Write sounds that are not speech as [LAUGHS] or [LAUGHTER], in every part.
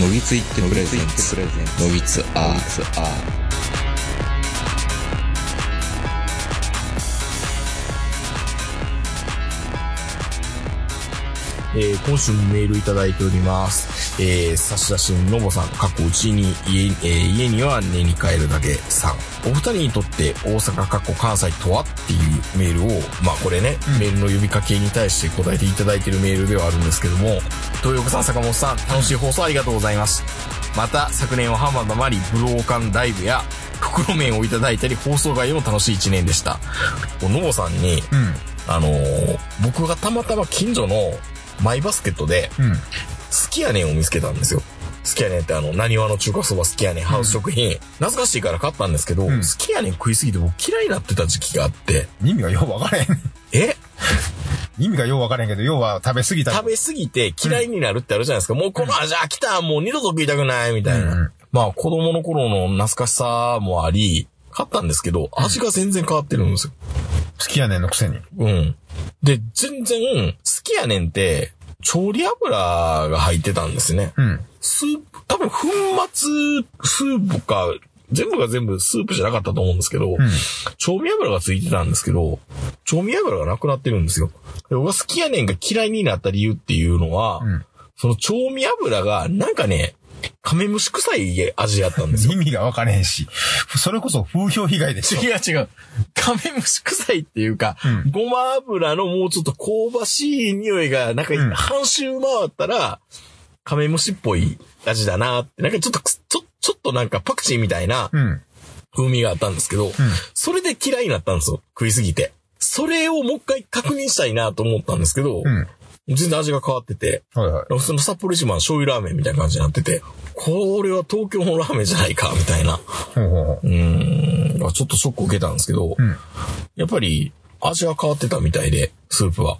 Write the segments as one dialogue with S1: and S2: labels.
S1: のぎついってプレゼンツのぎつアーツア
S2: えー今週もメールいただいております。えー、差出人のぼさん、過去うちに家,、えー家には寝に帰るだけさん。お二人にとって大阪、過去関西とはっていうメールを、まあこれね、メールの呼びかけに対して答えていただいているメールではあるんですけども、東横さん、坂本さん、楽しい放送ありがとうございます。また、昨年は浜田まり、武道館ライブや、袋麺をいただいたり、放送外でも楽しい一年でした。のぼさんに、
S3: う
S2: あのー僕がたまたま近所のマイバスケットで、
S3: ん。うん。
S2: 好きやねんを見つけたんですよ。好きやねんってあの、何わの中華そば好きやねん、ハウス食品。懐かしいから買ったんですけど、
S3: ん
S2: 好きやねん食いすぎて僕嫌いになってた時期があって、
S3: 意味がよう分からへん。
S2: え
S3: 意味がよう分からへんけど、要は食べ過ぎた。
S2: 食べ過ぎて嫌いになるってあるじゃないですか。もうこの味飽きた、もう二度と食いたくない、みたいな。
S3: うん
S2: まあ子供の頃の懐かしさもあり、買ったんですけど、味が全然変わってるんですよ。
S3: 好きやねんのくせに。
S2: うん。で、全然、好きやねんって、調理油が入ってたんですね。
S3: うん。
S2: スープ、多分粉末スープか、全部が全部スープじゃなかったと思うんですけど、調味油がついてたんですけど、調味油がなくなってるんですよ。で僕が好きやねんが嫌いになった理由っていうのは、
S3: ん
S2: その調味油がなんかね、カメムシ臭い味やったんですよ。
S3: 意味が分からへんし。それこそ風評被害でしょ。
S2: 違う違う。カメムシ臭いっていうか、
S3: うん
S2: ごま油のもうちょっと香ばしい匂いが、なんか
S3: ん
S2: 半周回ったら、カメムシっぽい味だなって、なんかちょっとくす、ちょ、ちょっとなんかパクチーみたいな
S3: うん。
S2: 風味があったんですけど、それで嫌いになったんですよ。食いすぎて。それをもう一回確認したいなと思ったんですけど、
S3: うん。
S2: 全然味が変わってて、
S3: はいはい。
S2: 普通の札幌一番醤油ラーメンみたいな感じになってて、これは東京のラーメンじゃないか、みたいな。
S3: ほうほうほ
S2: うーん、まあちょっとショックを受けたんですけど、
S3: ん
S2: やっぱり味が変わってたみたいで、スープは。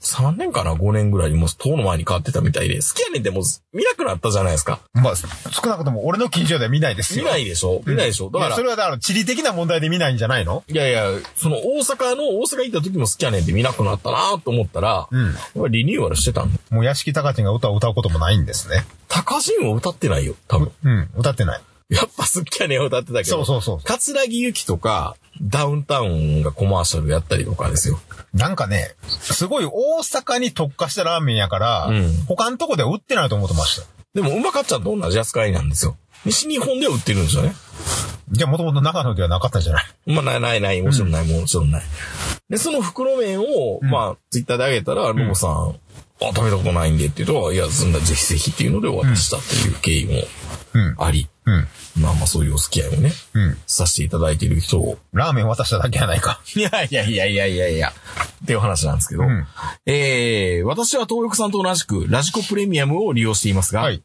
S2: 2003年かな ?5 年ぐらいにもう、当の前に変わってたみたいで、好きやねんってもう見なくなったじゃないですか。
S3: う。まあ、少なくとも俺の近所では見ないです
S2: 見
S3: よ。
S2: ないでしょ見ないでしょ、だ
S3: い
S2: か
S3: や
S2: ら
S3: そ、れはだから地理的な問題で見ないんじゃないの
S2: いやいや、その大阪の、大阪行った時も好きやねんって見なくなったなと思ったら、
S3: ん
S2: やっぱりリニューアルしてたの。
S3: もう屋敷隆が歌を歌うこともないんですね。
S2: 高人を歌ってないよ、多分。
S3: うん。歌ってない。
S2: やっぱ好きやねんを歌ってたけど。
S3: そうそうそう
S2: 桂木由紀とか、ダウンタウンがコマーシャルやったりとかですよ。
S3: なんかね、すごい大阪に特化したラーメンやから、
S2: ん
S3: 他のとこでは売ってないと思ってました。
S2: でも、うまかっちゃんと同じ扱いなんですよ。西日本では売ってるんですよね。
S3: じゃあもともと長野ではなかったんじゃない
S2: まあ、ないないない、もちろんない、もちろんない。で、その袋麺を、まあ、ツイッターであげたら、ロボさん、あ、食べたことないんでっていうと、いや、そんな、ぜひぜひっていうのでお渡ししたっていう経緯
S3: うん。
S2: もあり、
S3: うん。
S2: まあまあ、そういうお付き合いをね、
S3: うん。
S2: させていただいている人を。
S3: ラーメン渡しただけやないか。
S2: いやいやいやいやいやいや、っていう話なんですけど、
S3: ん
S2: えー、私は東横さんと同じく、ラジコプレミアムを利用していますが、
S3: はい。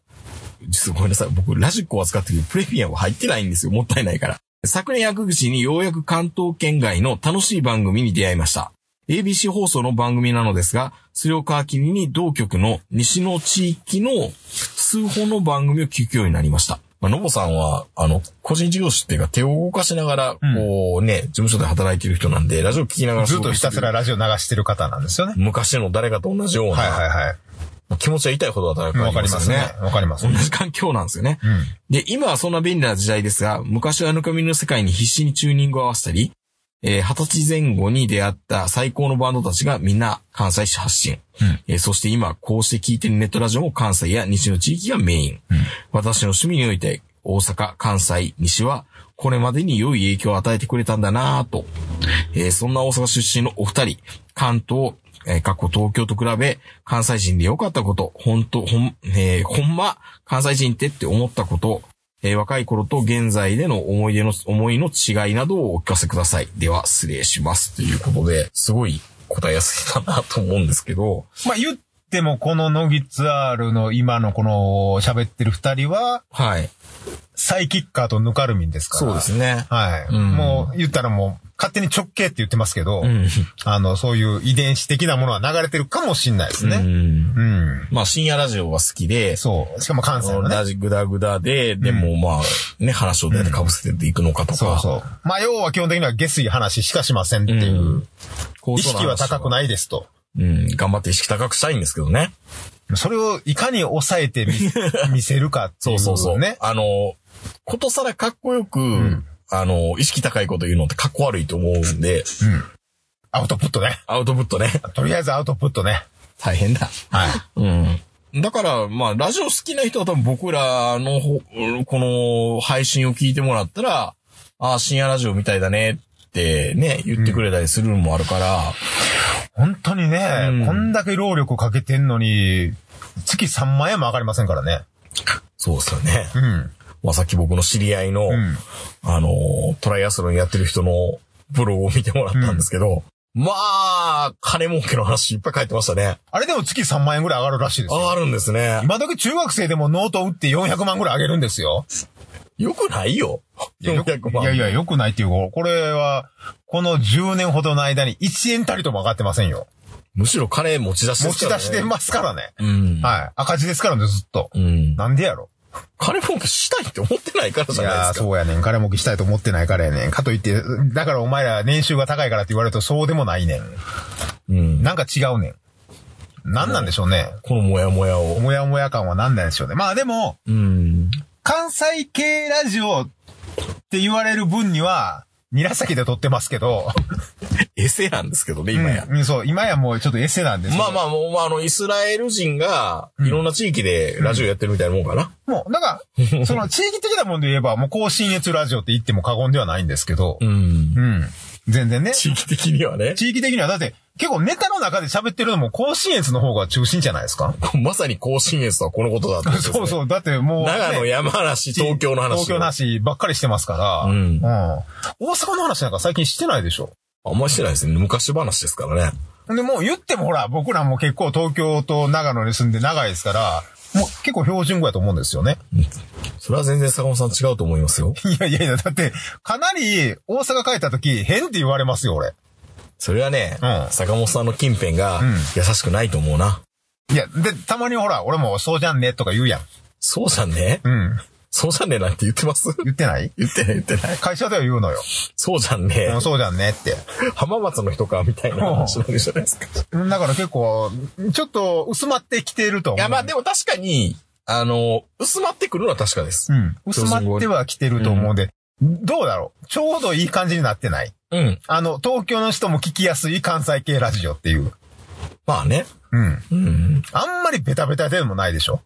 S2: 実はごめんなさい。僕、ラジコを扱ってるプレミアム入ってないんですよ。もったいないから。昨年役口にようやく関東圏外の楽しい番組に出会いました。ABC 放送の番組なのですが、それを皮切りに同局の西の地域の数本の番組を聞くようになりました。まあ、のぼさんは、あの、個人事業主っていうか手を動かしながら、こうね、事務所で働いてる人なんで、ラジオ聞きながら
S3: ずっとひたすらラジオ流してる方なんですよね。
S2: 昔の誰かと同じような、
S3: はいはいはい。
S2: 気持ちは痛いほど働く
S3: わかりますね。わかります
S2: 同。じ環境なんですよね。
S3: ん
S2: で、今はそんな便利な時代ですが、昔はぬかみの世界に必死にチューニングを合わせたり、えー二十歳前後に出会った最高のバンドたちがみんな関西市発信。えーそして今、こうして聴いてるネットラジオも関西や西の地域がメイン。私の趣味において、大阪、関西、西は、これまでに良い影響を与えてくれたんだなぁと。えーそんな大阪出身のお二人、関東、えー過去東京と比べ、関西人で良かったこと、本当ほん、えーほんま、関西人ってって思ったこと、えー若い頃と現在での思い出の、思いの違いなどをお聞かせください。では、失礼します。ということで、すごい答えやすいかなと思うんですけど、
S3: [LAUGHS] まあ、言っても、このノギツアールの今のこの喋ってる二人は、
S2: はい。
S3: サイキッカーとヌカルミンですか
S2: そ
S3: ら。
S2: うですね。
S3: はい。
S2: ん
S3: もう、言ったらもう、勝手に直径って言ってますけど、
S2: うん。
S3: あの、そういう遺伝子的なものは流れてるかもしんないです
S2: う
S3: ね。
S2: ん。
S3: うん。
S2: まあ、深夜ラジオが好きで、
S3: そう。しかも関西のね。
S2: ラジグダグダで、でもまあ、ね、話をどうやって被せていくのかとか、
S3: そうそう。まあ、要は基本的には下水話しかしませんっていう。
S2: 構
S3: 意
S2: 想の話
S3: 識は高くないですと。
S2: うん、頑張って意識高くしたいんですけどね。
S3: それをいかに抑えて [LAUGHS] み見せるかってい、
S2: そう
S3: ね。
S2: うそうそう。
S3: ね。
S2: あの、ことさらかっこよく、
S3: ん
S2: あの、意識高いこと言うのってかっこ悪いと思うんで、
S3: うん。アウトプットね。
S2: アウトプットね。
S3: とりあえずアウトプットね。
S2: 大変だ。
S3: はい。
S2: うん。だから、まあ、ラジオ好きな人は多分僕らのほ、この配信を聞いてもらったら、ああ、深夜ラジオみたいだねってね、言ってくれたりするのもあるから、
S3: 本当にね、
S2: うん
S3: こんだけ労力をかけてんのに、月3万円も上がりませんからね。
S2: そうですよね。
S3: うん。
S2: まあ、さっき僕の知り合いの、
S3: うん。
S2: あの、トライアスロンやってる人のブログを見てもらったんですけど、まあ、金儲けの話いっぱい書いてましたね。
S3: あれでも月3万円ぐらい上がるらしいですよ。
S2: ああるんですね。
S3: 今時中学生でもノート打って400万ぐらい上げるんですよ。
S2: よくないよ。
S3: いや、よく
S2: 400万
S3: いやいや、良くないっていうか、これは、この10年ほどの間に1円たりとも上がってませんよ。
S2: むしろ金持ち出して
S3: 持
S2: ます
S3: ち
S2: から
S3: 出
S2: ね
S3: してますからね。
S2: うん。
S3: はい。赤字ですからね、ずっと。
S2: うん。
S3: なんでやろ。
S2: 金儲けしたいって思ってないから
S3: い
S2: じゃない
S3: や
S2: で
S3: ー
S2: すか。
S3: そうやねん。金儲けしたいと思ってないからやねん。かといって、だからお前ら年収が高いからって言われるとそうでもないねん。
S2: うん。
S3: なんか違うねん。なんなんでしょうね。
S2: このモヤモヤを。
S3: もやもや感はなんなんでしょうね。まあでも、
S2: うん。
S3: 関西系ラジオって言われる分には、紫で撮ってますけど、
S2: エセなんですけどね、今や。
S3: うん、そう、今やもうちょっとエセなんです
S2: まあま
S3: あ。
S2: あ、もう、まあ、あの、イスラエル人が、いろんな地域でラジオやってるみたいなもんかな。
S3: もう、なんか、その地域的なもんで言えば、もう甲信越ラジオって言っても過言ではないんですけど、
S2: ん。
S3: うん。全然ね。
S2: 地域的にはね。
S3: 地域的には、だって、結構ネタの中で喋ってるのも甲信越の方が中心じゃないですか
S2: まさに甲信越とはこのことだったんですね
S3: そうそう。だってもう、
S2: 長野、
S3: ね
S2: 山梨、東京の話。
S3: 東京の。話ばっかりしてますから、
S2: うん
S3: 大阪の話なんか最近してないでしょ。
S2: あんまりしてないですね。昔話ですからね。
S3: で、もう言ってもほら、僕らも結構東京と長野に住んで長いですから、もう結構標準語やと思うんですよね。 [LAUGHS]
S2: それは全然坂本さん違うと思いますよ。
S3: いやいやいや、だって、かなり大阪帰った時、変って言われますよ、俺。
S2: それはね、
S3: うん
S2: 坂本さんの近辺が
S3: ん
S2: 優しくないと思うな。
S3: いや、で、たまにほら、俺もそうじゃんねとか言うやん。
S2: そうじゃんね、
S3: うん。
S2: そうじゃんねなんて言ってます
S3: 言ってない
S2: 言ってない言ってない。
S3: 会社では言うのよ。
S2: そうじゃんね、
S3: うんそうじゃんねって。
S2: 浜松の人か、みたいな話なんじゃないですか。い
S3: だから結構、ちょっと薄まってきてると思う。
S2: や、まあでも確かに、あの、薄まってくるのは確かです
S3: う。ん。薄まってはきてると思うんで、どうだろうちょうどいい感じになってない
S2: うん。
S3: あの、東京の人も聞きやすい関西系ラジオっていう。
S2: まあね。
S3: うん。
S2: うん。
S3: あんまりベタベタでもないでしょ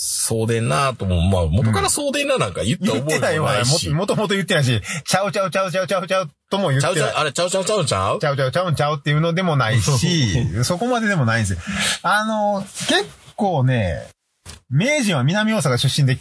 S2: そうでんなとも、まあ元からそうでんななんか言った
S3: 言
S2: 覚
S3: っ
S2: え
S3: て
S2: もな
S3: ないいわね。
S2: し。
S3: ももともと言ってないし、ちゃうちゃうちゃうちゃうちゃうちゃうとも言っ
S2: ちゃう
S3: て
S2: ちゃ
S3: な
S2: う
S3: い、。
S2: あれ、ちゃうちゃうちゃうちゃう
S3: ちゃうちゃうちゃうちゃうっていうのでもない [LAUGHS] し、そこまででもないんですよ。あの、結構ね、名人は南大阪出身で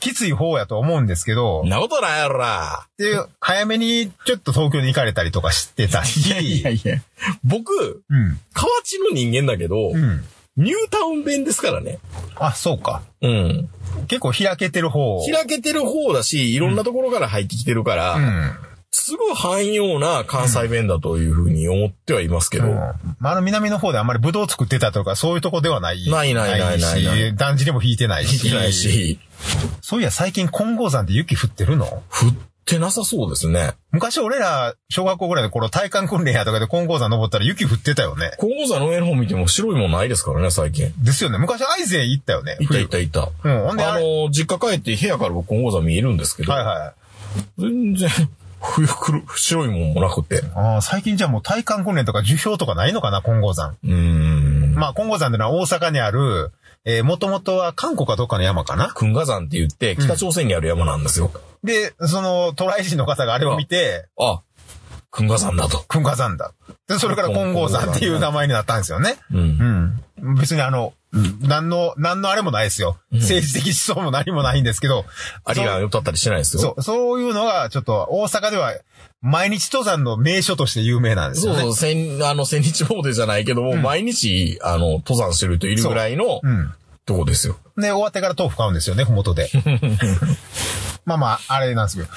S3: きつい方やと思うんですけど
S2: そん、なことないやろな。
S3: で早めにちょっと東京に行かれたりとかしてたし、
S2: [LAUGHS] いや。僕、
S3: うん、
S2: 河内の人間だけど、
S3: うん。
S2: ニュータウン弁ですからね。
S3: あ、そうか。
S2: うん。
S3: 結構開けてる方。
S2: 開けてる方だし、いろんなところから入ってきてるから、
S3: うん。
S2: すごい汎用な関西弁だというふうに思ってはいますけど、
S3: うんまあ、あの南の方であんまりブドウ作ってたとか、そういうとこではない。
S2: ないないないないない
S3: し、団地でも引いてない
S2: 聞
S3: し。
S2: いてない。し、
S3: そういや、最近金剛山って雪降ってるの
S2: 振ってなさそうですね。
S3: 昔俺ら、小学校ぐらいの頃、体幹訓練やとかで金剛山登ったら雪降ってたよね。
S2: 高校座の上の方見ても白いもんないですからね、最近。
S3: ですよね。昔、アイゼン行ったよね。
S2: いたいたいた。
S3: 冬うん、ほんで、あ
S2: あ
S3: れ
S2: の、実家帰って部屋から僕金剛座見えるんですけど、
S3: はいはい。
S2: 全然、冬くる、白いもんもなくて。
S3: ああ、最近じゃもう体幹訓練とか樹氷とかないのかな、金剛山。
S2: うーん。
S3: まあ、金剛山ってのは大阪にある、えー、もともとは韓国かどっかの山かな。
S2: 君河山って言って、北朝鮮にある山なんですよ。
S3: で、その、渡来人の方があれを見て、
S2: あ、君河山だと。
S3: 金剛山だ。で、それから金剛山っていう名前になったんですよね。
S2: うん。
S3: うん。別にあの、何の、何のあれもないですよ。政治的思想も何もないんですけど。
S2: ありが歌ったりしてないですよ。
S3: そう、そういうのが、ちょっと、大阪では、毎日登山の名所として有名なんです
S2: そ
S3: よ
S2: う
S3: ね。
S2: そう、千、あの、千日詣じゃないけども、毎日、あの、登山してる人いるぐらいの、
S3: うん。
S2: とこですよ。
S3: で、終わってから豆腐買うんですよね、ふもとで。まあまあ、あれなんですけど。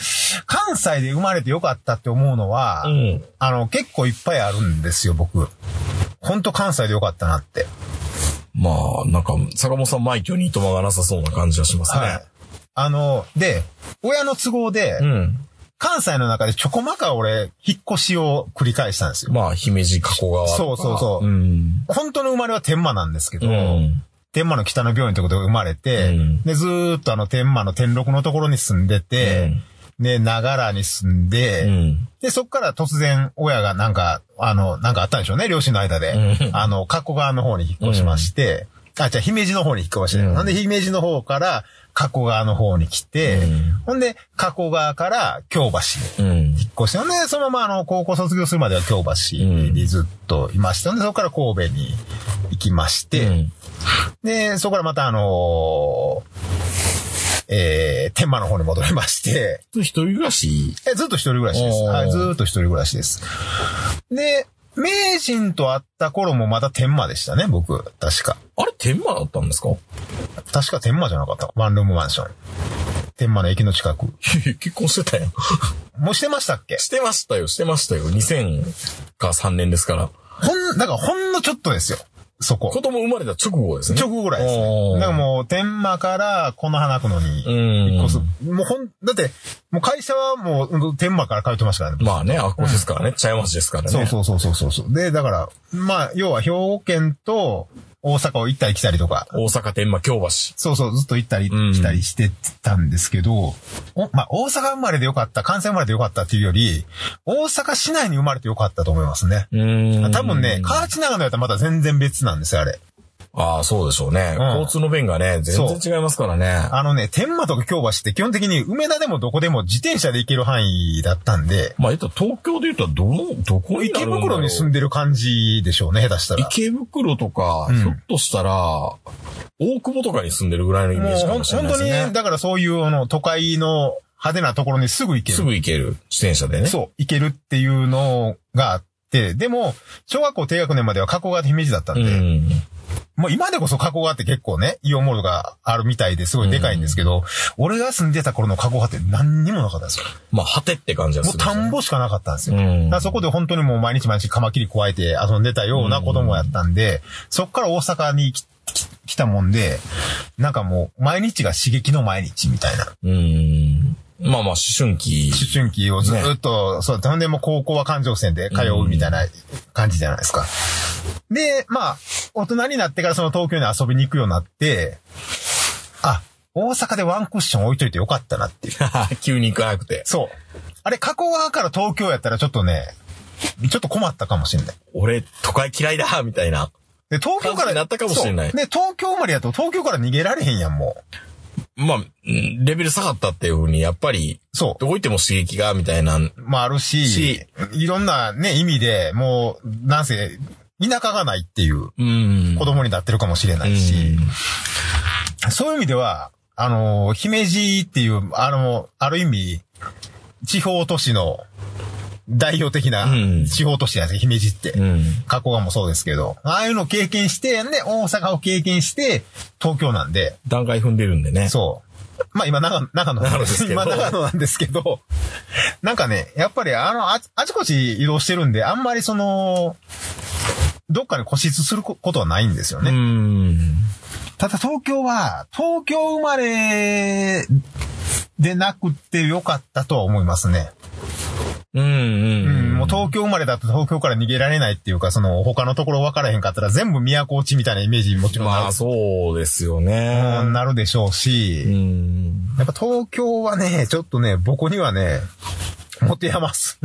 S3: 関西で生まれてよかったって思うのは、
S2: ん。
S3: あの、結構いっぱいあるんですよ、僕。ほんと関西でよかったなって。
S2: まあ、なんか、坂本さん、枚挙にいとまがなさそうな感じはしますね。
S3: はい。あの、で、親の都合で、
S2: うん。
S3: 関西の中でちょこまか俺、引っ越しを繰り返したんですよ。
S2: まあ、姫路、加古川とか。
S3: そうそうそう
S2: うん。
S3: 本当の生まれは天満なんですけど、
S2: うん。
S3: 天満の北の病院ってことで生まれて、
S1: うん
S3: で、ずーっとあの天満の天禄のところに住んでて、で、長良に住んで、
S1: うん。
S3: で、そっから突然親がなんか、あの、なんかあったんでしょうね、両親の間で。
S1: うん
S3: あの、加古川の方に引っ越しまして、あ、じゃあ姫路の方に引っ越して、
S1: うん
S3: なんで姫路の方から加古川の方に来て、
S1: うん
S3: ほんで、加古川から京橋に
S1: うん。
S3: 引っ越して、ほんで、そのままあの、高校卒業するまでは京橋にずっといました。ほんで、そこから神戸に行きまして、
S1: うん
S3: で、そこからまたあのーえー、天満の方に戻りまして、
S1: 一人暮らし
S3: え、ずっと一人暮らしです。
S1: おー
S3: はい、ずっと一人暮らしです。で、名人と会った頃もまた天満でしたね、僕。確か。
S1: あれ、天満だったんですか [LAUGHS]
S3: 確か天満じゃなかった。ワンルームマンション。天満の駅の近く。
S1: 結婚してたよ。
S3: もうしてましたっけ
S1: [LAUGHS] してましたよ、してましたよ。2000か3年ですから。
S3: ほん、だからほんのちょっとですよ。そこ
S1: 子。供生まれた直後ですね。
S3: 直後ぐらいです
S1: お
S3: ね。
S1: ー
S3: だからもう天満からこの花区のに
S1: うん
S3: 引っ越す。もうほん、だって、もう会社はもううん天満から通ってましたからね。
S1: まあね、あっこですからね。茶屋町ですからね。
S3: そうそうそうそうそうそう。で、だから、まあ、要は兵庫県と大阪を行ったり来たりとか、
S1: 大阪天満京橋。
S3: そうそう、ずっと行ったり
S1: うん
S3: 来たりしてたんですけど、おまあ、大阪生まれでよかった、関西生まれでよかったっていうより、大阪市内に生まれてよかったと思いますね。
S1: うん
S3: 多分ね、河内長野やったらまた全然別なんですよ、あれ。
S1: ああ、そうでしょうね。
S3: うん
S1: 交通の便がね、全然違いますからね。
S3: あのね、天満とか京橋って基本的に梅田でもどこでも自転車で行ける範囲だったんで、
S1: まあ、言ったら東京で言ったらどの、どこにな
S3: 池
S1: るんだろう
S3: 袋に住んでる感じでしょうね、下手したら。
S1: 池袋とか、
S3: うん
S1: ひょっとしたら、大久保とかに住んでるぐらいのイメ
S3: も
S1: ー
S3: う
S1: ジか
S3: ほん
S1: もしれ
S3: 本
S1: ないで
S3: 当
S1: す
S3: に、
S1: ね。
S3: だからそういうあの都会の派手なところにすぐ行ける
S1: す。ぐ行ける、自転車でね。
S3: そう、行けるっていうのがあって、でも、小学校低学年までは加古川って姫路だったん
S1: う
S3: で、
S1: ん。
S3: もう今でこそ加古川って結構ね、イオンモールがあるみたいですごいでかいんですけど、俺が住んでた頃の加古川って何にもなかったんですよ。
S1: まあ、果てって感じが
S3: も
S1: する
S3: う
S1: ですよね。
S3: 田んぼしかなかったんです
S1: う
S3: よ。
S1: ん
S3: だからそこで本当にもう毎日毎日カマキリ加えて遊んでたような子供やったんで、そっから大阪にきき来たもんで、なんかもう毎日が刺激の毎日みたいな。
S1: うん。まあまあ、思春期。 [LAUGHS]
S3: 思春期をずっと、そう、ほんでもう高校は環状線で通うみたいな感じじゃないですか。で、まあ、大人になってからその東京に遊びに行くようになって、あ、大阪でワンクッション置いといてよかったなっていう。
S1: 急に行かなくて。
S3: そう。あれ、加古川から東京やったらちょっとね、ちょっと困ったかもしれない。
S1: 俺、都会嫌いだみたいな。
S3: で、東京
S1: 感
S3: か
S1: じ
S3: ら、
S1: になったかもしれない
S3: そうで、東京生まれやと東京から逃げられへんやん、もう。
S1: まあ、うんレベル下がったっていうふうに、やっぱり、
S3: そう。
S1: どこ行っても刺激が、みたいな。
S3: もあるし、
S1: し
S3: いろんなね、意味で、もう、なんせ、田舎がないっていう
S1: うん。
S3: 子供になってるかもしれないし、そういう意味では、あの、姫路っていう、あの、ある意味、地方都市の代表的な
S1: うん
S3: 地方都市なんですよ、姫路って
S1: う。ん。
S3: 加古川もそうですけど、ああいうのを経験して、ね、大阪を経験して、東京なんで、
S1: 段階踏んでるんでね。
S3: そう。まあ今長野、長野
S1: 長野ですけど
S3: [LAUGHS] 今長野なんですけど、なんかね、やっぱりあの、ああちこち移動してるんで、あんまりその、どっかに固執することはないんですよね。
S1: うん。
S3: ただ東京は、東京生まれでなくてよかったとは思いますね。
S1: うんうん。
S3: うん、もう東京生まれだと東京から逃げられないっていうか、その他のところ分からへんかったら全部都落ちみたいなイメージにもちろん
S1: ま
S3: な
S1: あ、
S3: る,、
S1: そうですよね。
S3: なるでしょうし、
S1: うん。
S3: やっぱ東京はね、ちょっとね、僕にはね、持て余す。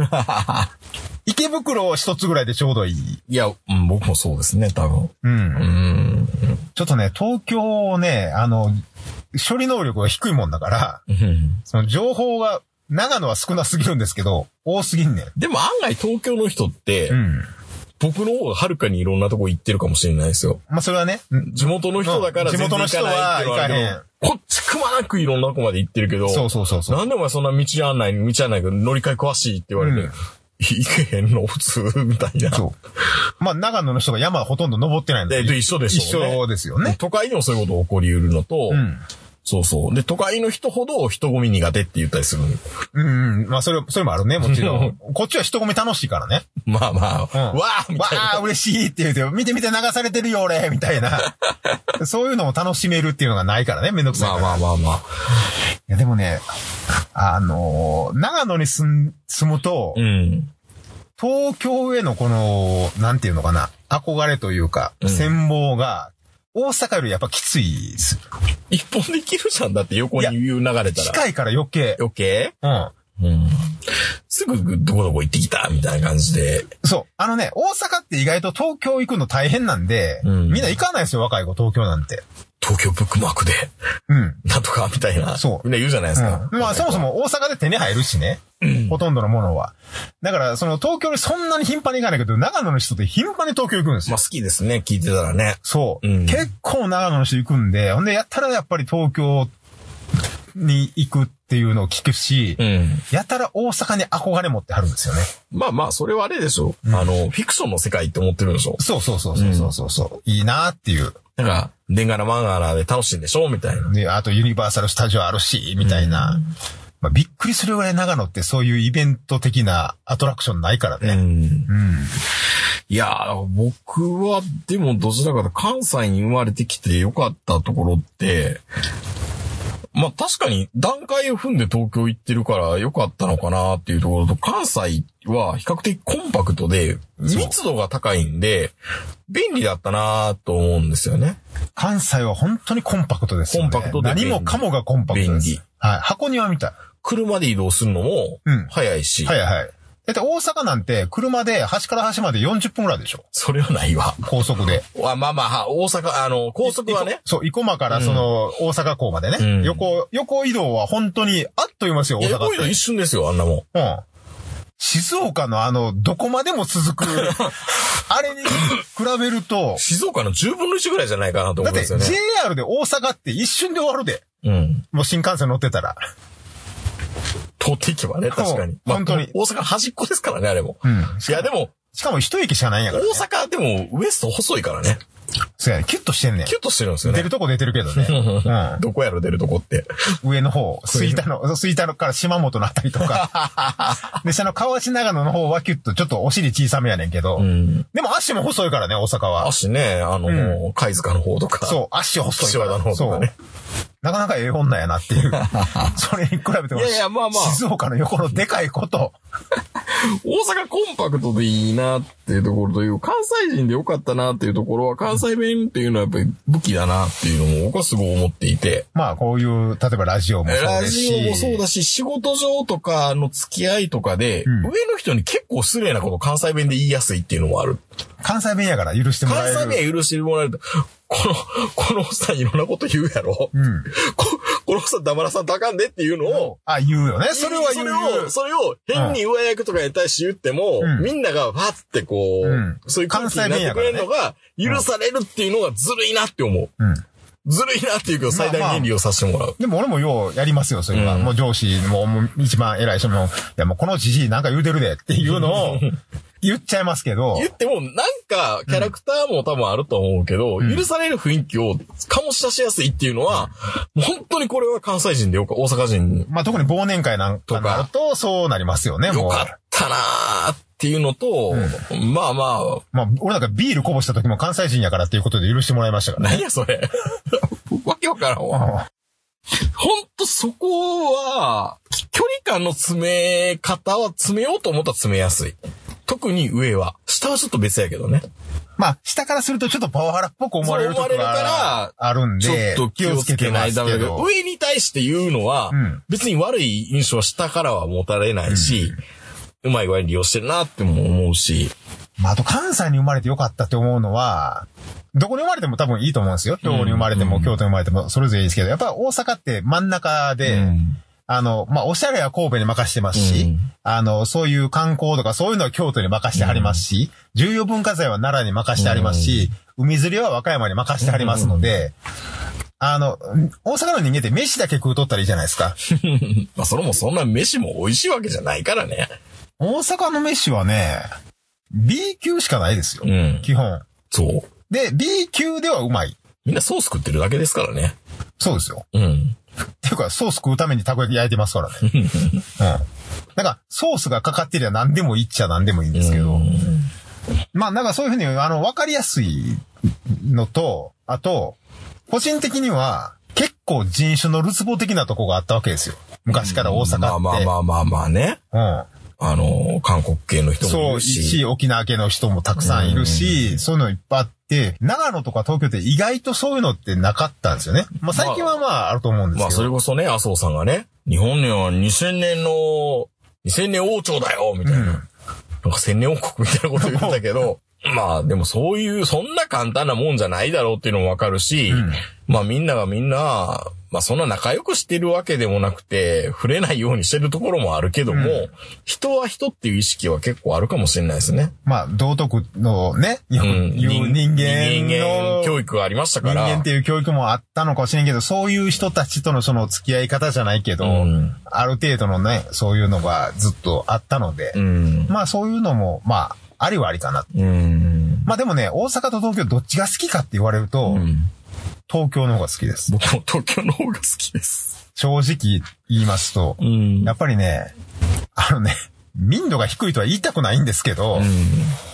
S3: 池袋一つぐらいでちょうどいい。
S1: いや、うん僕もそうですね、多分。
S3: う。
S1: うんん。
S3: ちょっとね、東京をね、あの、処理能力が低いもんだから、
S1: うん
S3: その情報が、長野は少なすぎるんですけど、多すぎんねん。
S1: でも案外東京の人って、
S3: うん。
S1: 僕の方がはるかにいろんなとこ行ってるかもしれないですよ。
S3: まあ、それはね、うん
S1: 地元の人だから
S3: うん
S1: 全然行かないっていうはあるけど
S3: 地元の人は行か
S1: こっちくまなくいろんなとこまで行ってるけど、
S3: そうそうそうそう。
S1: なんでお前そんな道案内、道案内が乗り換え詳しいって言われて、
S3: うん
S1: 行けへんの普通みたいな。
S3: そう。まあ、長野の人が山ほとんど登ってないん
S1: で、
S3: で。
S1: で一緒で
S3: 一
S1: しょうね。
S3: 緒ですよね。
S1: 都会でもそういうこと起こり得るのと、
S3: うん。
S1: そうそう。で、都会の人ほど人混み苦手って言ったりする。
S3: うんうん。まあ、それ、それもあるね、もちろ
S1: [LAUGHS]
S3: ん。こっちは人混み楽しいからね。
S1: まあまあ、
S3: うん
S1: わあみ
S3: わ
S1: たいな。
S3: あ、嬉しいって言うて、見て見て流されてるよ、俺みた
S1: [LAUGHS]
S3: いな。そういうのを楽しめるっていうのがないからね、めんどくさい
S1: ま
S3: か
S1: あ
S3: ら。
S1: まあまあまあ。
S3: いや、でもね、あのー長野に住ん住むと、
S1: うん。
S3: 東京へのこの、なんていうのかな、憧れというか、
S1: ん
S3: 羨望が、大阪よりやっぱきついです。
S1: 一本できるじゃんだって横に
S3: いや
S1: 流れたら。
S3: 近いから余計。
S1: 余計
S3: うん。
S1: うん。すぐどこどこ行ってきたみたいな感じで。
S3: そう。あのね、大阪って意外と東京行くの大変なんで、
S1: うん
S3: みんな行かないですよ、若い子、東京なんて。
S1: 東京ブックマークで、 [LAUGHS]
S3: うん。
S1: なんとかみたいな。
S3: そう
S1: みんな言うじゃないですか。
S3: うんまあ、そもそも大阪で手に入るしね。ほとんどのものは。だから、その東京にそんなに頻繁に行かないけど、長野の人って頻繁に東京行くんです
S1: ま
S3: よ。
S1: あ好きですね、聞いてたらね。
S3: そう、
S1: うん
S3: 結構長野の人行くんで、ほんで、やったらやっぱり東京に行くっていうのを聞くし、
S1: うん。
S3: やたら大阪に憧れ持ってはるんですよね。
S1: まあまあ、それはあれでしょ。あの、フィクションの世界って思ってるんでしょ。
S3: そうそうそうそうそうそう、ういいなっていう。
S1: だから、でんがらまんがらで楽しいんでしょみたいな。
S3: で、あとユニバーサルスタジオあるし、みたいな。まあ、びっくりするぐらい長野ってそういうイベント的なアトラクションないから
S1: う
S3: ね。
S1: ん。
S3: うん。
S1: いやー、僕は、でもどちらかというと関西に生まれてきて良かったところって、まあ確かに段階を踏んで東京行ってるから良かったのかなっていうところと、関西は比較的コンパクトで、
S3: そう
S1: 密度が高いんで、便利だったなと思うんですよね。
S3: 関西は本当にコンパクトですよね。
S1: コンパクトで便
S3: 何
S1: 利
S3: もかもがコンパクトです。
S1: 便利
S3: はい。箱庭みたい。
S1: 車で移動するのも
S3: うん、
S1: 早いし、
S3: はいはい。だって大阪なんて車で端から端まで40分ぐらいでしょ
S1: それはないわ。
S3: 高速で。
S1: わまあまあは、大阪、あの、高速はね、
S3: そう、生駒からその大阪港までね。
S1: うん
S3: 横、横移動は本当にあっという間ですよ、
S1: い
S3: 大
S1: やこういう
S3: 阪
S1: の
S3: って。
S1: 一瞬ですよ、あんなもん。
S3: うん。静岡のあの、どこまでも続く、
S1: [LAUGHS]
S3: あれに比べると、
S1: 静岡の10分の1ぐらいじゃないかなと思
S3: だ
S1: う
S3: っ
S1: んで
S3: て
S1: すよね。
S3: JR で大阪って一瞬で終わるで。
S1: うん。
S3: もう新幹線乗ってたら。
S1: 通っていけばね、確かに。
S3: そう本当に
S1: 大阪端っこですからね、あれも。
S3: うん。
S1: いや、でも、
S3: しかも一駅しかないんやか
S1: 大
S3: ら、ね。
S1: 阪でもウエスト細いからね。
S3: そうやね。キュッとしてんねん
S1: キ。ュッとしてるんですよ
S3: 出
S1: ね
S3: る。とこ出てるけ
S1: [LAUGHS]
S3: どね。うん
S1: どこやろ、出るとこって。
S3: 上の方、吹田の、吹田のから島本のあたりとか。
S1: [LAUGHS]
S3: で、下の川内長野の方はキュッとちょっとお尻小さめやねんけど。
S1: うん。
S3: でも足も細いからね、大阪は。
S1: 足ね、あの、貝塚の方とか。
S3: そう、足細いから。
S1: 岸和田の方とかね
S3: そう。なかなかええ女やなっ
S1: [LAUGHS]
S3: ていう。それに比べても、
S1: いやいやまあまあ
S3: 静岡の横のでかいこと。
S1: 大阪コンパクトでいいなっていうところという、関西人でよかったなっていうところは、関西弁っていうのはやっぱり武器だなっていうのも僕はすごい思っていて。
S3: まあ、こういう、例えばラジオもそう
S1: ラ
S3: です
S1: ジ
S3: し。
S1: オもそうだし、仕事上とかの付き合いとかで、
S3: ん
S1: 上の人に結構失礼なこと関西弁で言いやすいっていうのもある。
S3: 関西弁やから許してもら
S1: 関
S3: える。
S1: 西弁は許してもらえると、この、このおっさんいろんなこと言うやろ。
S3: うん。
S1: こ [LAUGHS] このおっさん黙らさんとあかんでっていうのを、
S3: あ、言うよね。それは
S1: そ
S3: 言う
S1: れ
S3: 言
S1: を、
S3: う。
S1: それを変に上役とかに対して言っても、
S3: うん
S1: みんながわってこう、
S3: うん
S1: そういう関係になってくれるのが、許されるっていうのがずるいなって思う。
S3: うん。
S1: ずるいなっていうけど最大限利用させてもらう。
S3: でも俺もようやりますよ、それは。
S1: うん
S3: もう上司も、もう一番偉い人も、いやもうこのじじいなんか言うてるでっていうのを言っちゃいますけど、
S1: 言っても、なんか、キャラクターも多分あると思うけど、許される雰囲気を醸し出しやすいっていうのは、もう本当にこれは関西人でよか、大阪人に
S3: まあ特に忘年会なんかになるとそうなりますよね、
S1: よ
S3: もう。
S1: かったなーっていうのと、まあまあ、
S3: まあ俺なんかビールこぼした時も関西人やからっていうことで許してもらいましたからね。
S1: 何やそ
S3: [LAUGHS]
S1: れ。わけわからんわ。
S3: あ
S1: ほんとそこは、距離感の詰め方は詰めようと思ったら詰めやすい。特に上は。下はちょっと別やけどね。
S3: まあ下からするとちょっとパワハラっぽく思われるとこ
S1: そう思われる
S3: が
S1: か
S3: あるん
S1: ちょ
S3: で、
S1: っと気をつけてないダメだけど、
S3: 気をつけてます
S1: 上に対して言うのは
S3: うん、
S1: 別に悪い印象は下からは持たれないし、うまい具合に利用してるなっても思うし、 [LAUGHS]
S3: まあ、あと関西に生まれてよかったって思うのは、どこに生まれても多分いいと思うんですよ。東京に生まれても、京都に生まれても、それぞれいいですけど、やっぱ大阪って真ん中で、
S1: うん
S3: あの、まあ、おしゃれは神戸に任してますし、
S1: うん
S3: あの、そういう観光とかそういうのは京都に任してありますし、重要文化財は奈良に任してありますし、海釣りは和歌山に任してありますので、あの、大阪の人間って飯だけ食うとったらいいじゃないですか。
S1: まあそれもそんな飯も美味しいわけじゃないからね。
S3: 大阪の飯はね、B 級しかないですよ。
S1: うん。
S3: 基本。
S1: そう。
S3: で、B 級ではうまい。
S1: みんなソース食ってるだけですからね。
S3: そうですよ。
S1: うん。
S3: っていうか、ソース食うためにたこ焼き焼いてますからね。
S1: [LAUGHS]
S3: うん。だから、ソースがかかってりゃ何でもいいっちゃ何でもいいんですけど。まあ、なんかそういうふうに、あの、わかりやすいのと、あと、個人的には、結構人種のるつぼ的なとこがあったわけですよ。昔から大阪って。
S1: まあまあまあまあまあね。
S3: うん。
S1: あの、韓国系の人もい
S3: そう、
S1: る
S3: し、
S1: し、
S3: 沖縄系の人もたくさんいるし、そういうのいっぱいあって、長野とか東京って意外とそういうのってなかったんですよね。まあ最近はまああると思うんですけど。
S1: まあそれこそね、麻生さんがね、日本には2000年の、2000年王朝だよみたいな。なんか千年王国みたいなこと言ってたけど、 [LAUGHS] まあでもそういう、そんな簡単なもんじゃないだろうっていうのもわかるし、まあみんながみんな、まあそんな仲良くしてるわけでもなくて、触れないようにしてるところもあるけども、人は人っていう意識は結構あるかもしれないですね。
S3: まあ道徳のね、日
S1: う
S3: 本、
S1: ん。
S3: いう人間
S1: 人
S3: の
S1: 間教育がありました
S3: 人
S1: から。
S3: 間っていう教育もあったのかもしれんけど、そういう人たちとのその付き合い方じゃないけど、
S1: うん
S3: ある程度のね、そういうのがずっとあったので、
S1: うん。
S3: まあそういうのも、まあ、ありはありかな。
S1: うん。
S3: まあでもね、大阪と東京どっちが好きかって言われると、
S1: うん
S3: 東京の方が好きです。
S1: 僕も東京の方が好きです。
S3: 正直言いますと、
S1: ん
S3: やっぱりね、あのね、民度が低いとは言いたくないんですけど、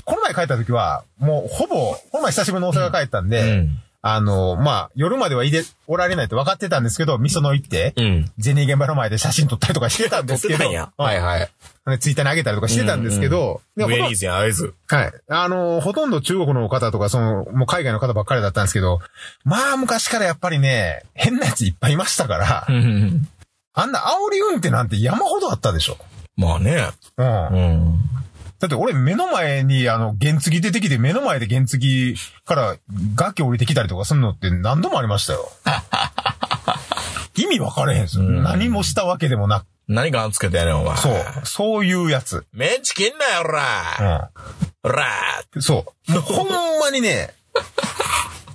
S3: この前帰った時は、もうほぼ、この前久しぶりに大阪帰ったんで、
S1: うん
S3: あの、まあ、夜まではいで、おられないって分かってたんですけど、味噌の行って、
S1: うん。
S3: ジェニー現場の前で写真撮ったりとかしてたんですけど、
S1: はいはい。
S3: い。ツイッターに上げたりとかしてたんですけど、
S1: ウェ
S3: で
S1: リ
S3: ほとん
S1: ーズやアイズ。
S3: はい。あの、ほとんど中国の方とか、その、もう海外の方ばっかりだったんですけど、まあ、昔からやっぱりね、変なやついっぱいいましたから、
S1: ん。
S3: あんな煽り運転なんて山ほどあったでしょ。
S1: まあね。
S3: うん。
S1: うん。
S3: だって俺目の前にあの、原付出てきて目の前で原付から崖降りてきたりとかするのって何度もありましたよ。意味分かれへんすよ。何もしたわけでもなく。
S1: 何がつけてやねん、お前。
S3: そう。。そういうやつ。
S1: メンチ切んなよ、おら
S3: う
S1: おら
S3: ん。そう。もうほんまにね、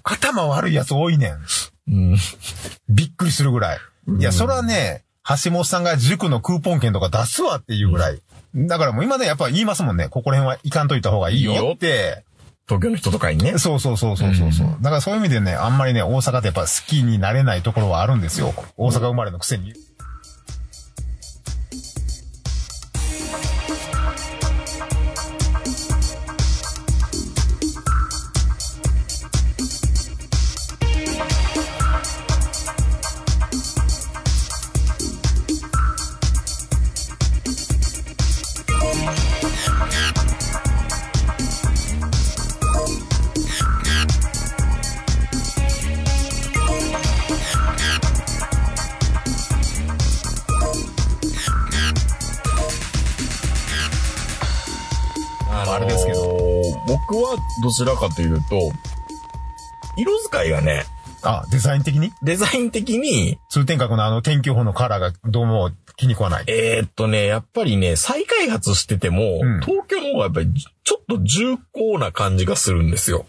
S3: 頭悪いやつ多いねん。
S1: うん。
S3: びっくりするぐらい。いや、それはね、橋本さんが塾のクーポン券とか出すわっていうぐらい。だからもう今ね、やっぱ言いますもんね。ここら辺は行かんといた方がいい
S1: いいよ
S3: よって。
S1: 東京の人とかにね。
S3: そうそうそうそうそうそう。だからそういう意味でね、あんまりね、大阪ってやっぱ好きになれないところはあるんですよ。大阪生まれのくせに。
S1: あ
S3: あれですけど
S1: 僕はどちらかというと、色使いがね、
S3: あ、デザイン的に
S1: デザイン的に、
S3: 通天閣のあの天気予報のカラーがどうも気に食わない。
S1: えーっとね、やっぱりね、再開発してても、
S3: うん
S1: 東京の方がやっぱりちょっと重厚な感じがするんですよ。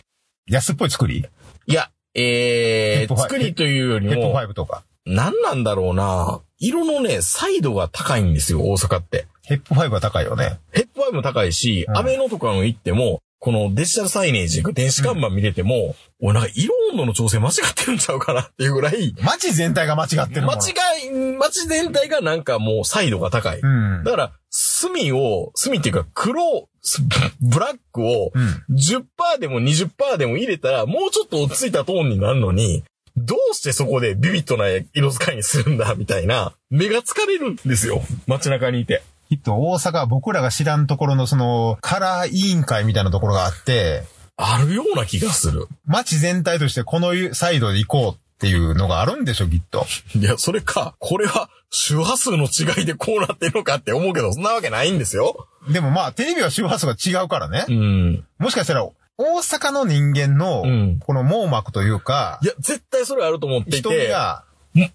S3: 安っぽい作り
S1: いや、え
S3: ヘッド
S1: ー、
S3: ファイ
S1: 作りというより
S3: ヘッド
S1: も、
S3: 5とか。
S1: 何なんだろうな。色のね、サイドが高いんですよ、大阪って。
S3: ヘッド5は高いよね。
S1: ヘッドアイも高いし、
S3: うん
S1: アメノとかの行っても、このデジタルサイネージ、電子看板見れても、おいなんか色温度の調整間違ってるんちゃうかなっていうぐらい、
S3: 街全体が間違ってるも
S1: 間
S3: ん。
S1: 違い、街全体がなんかもうサイドが高い。
S3: うん
S1: だ。から、隅を、隅っていうか黒、すブラックを
S3: うん。
S1: 10%でも20%でも入れたら、もうちょっと落ち着いたトーンになるのに、どうしてそこでビビットな色使いにするんだ、みたいな、目が疲れるんですよ。街中にいて。
S3: きっと大阪は僕らが知らんところのそのカラー委員会みたいなところがあって、
S1: あるような気がする。
S3: 街全体としてこのサイドで行こうっていうのがあるんでしょ、きっと。
S1: いや、それか、これは周波数の違いでこうなってるのかって思うけど、そんなわけないんですよ。
S3: でもまあ、テレビは周波数が違うからね。
S1: ん。
S3: もしかしたら、大阪の人間の
S1: うん、
S3: この網膜というか
S1: い、や、絶対それあると思ってい
S3: 瞳
S1: て、
S3: が、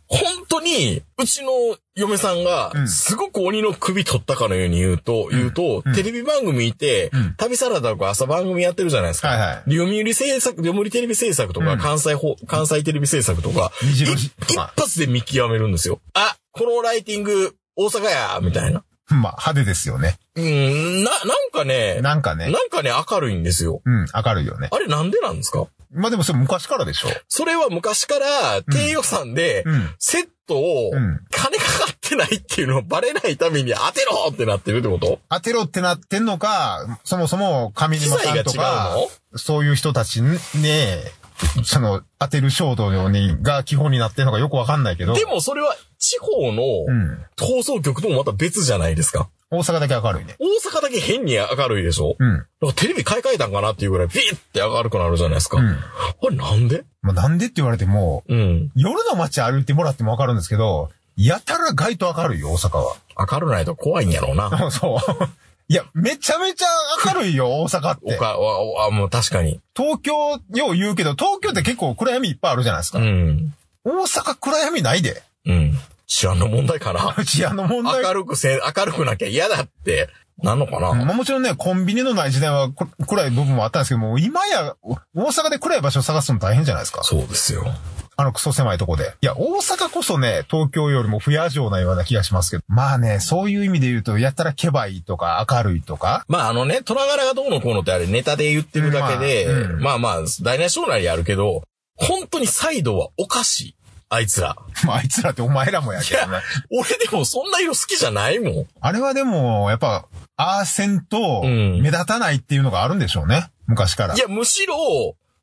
S1: 本当に、うちの嫁さん
S3: う
S1: が、
S3: ん
S1: すごく鬼の首取ったかのように言うと、言うと、
S3: うん
S1: テレビ番組いて、
S3: うん
S1: 旅サラダとか朝番組やってるじゃないですか。
S3: はいはい
S1: で読売制作、読売テレビ制作とか、
S3: うん
S1: 関西ほ、関西テレビ制作とか、
S3: 虹色
S1: い
S3: し
S1: 一
S3: ま
S1: 発で見極めるんですよ。あ、このライティング、大阪やみたいな。
S3: あ、まあ、派手ですよね。
S1: うん、な、なんかね、
S3: なんかね、
S1: なんかね、明るいんですよ。
S3: うん、明るいよね。
S1: あれなんでなんですか
S3: まあでもそれ昔からでしょ。
S1: それは昔から低予算で
S3: うん、
S1: セットを
S3: うん
S1: 金かかってないっていうのをバレないために当てろってなってるってこと
S3: 当てろってなってんのか、そもそも上
S1: 機
S3: 沼
S1: 材
S3: さ
S1: が違
S3: ん
S1: う
S3: とか、
S1: の
S3: そういう人たちね、その、当てる衝動に、が基本になってるのかよくわかんないけど。
S1: でもそれは地方
S3: う
S1: の
S3: ん。
S1: 放送局ともまた別じゃないですか。
S3: 大阪だけ明るいね。
S1: 大阪だけ変に明るいでしょ
S3: うん。
S1: だからテレビ買い替えたんかなっていうぐらいピーって明るくなるじゃないですか。
S3: うん。
S1: これなんで
S3: まあ、なんでって言われても、
S1: うん。
S3: 夜の街歩いてもらってもわかるんですけど、やたら街灯明るいよ、大阪は。
S1: [LAUGHS] 明るないと怖いんやろう
S3: [LAUGHS]
S1: な。
S3: あそう。いや、めちゃめちゃ明るいよ、大阪っ
S1: お
S3: て。
S1: か、わ、わ、もう確かに。
S3: 東京、よう言うけど、東京って結構暗闇いっぱいあるじゃないです
S1: う
S3: か。
S1: ん。
S3: 大阪暗闇ないで。 [LAUGHS]
S1: うん。治安の問題かな。
S3: うち、あの [LAUGHS] 問題。
S1: 明るくせ、明るくなきゃ嫌だって、なんのかな、
S3: まあもちろんね、コンビニのない時代はこ暗い部分もあったんですけども、今や、お大阪で暗い場所を探すの大変じゃないですか。
S1: そうですよ。
S3: あのクソ狭いとこで。いや、大阪こそね、東京よりも不夜城なような気がしますけど。まあね、そういう意味で言うと、やったらケバいとか明るいとか。
S1: まああのね、虎柄がどうのこうのってあれネタで言ってるだけで、
S3: まあうん
S1: まあ、まあ大なり小なりやるけど、本当にサイドはおかしい。あいつら。
S3: [LAUGHS] まあ、あいつらってお前らもやけどね。
S1: 俺でもそんな色好きじゃないもん。
S3: あれはでも、やっぱ、アーセンと
S1: うん
S3: 目立たないっていうのがあるんでしょうね。昔から
S1: い。や、むしろ、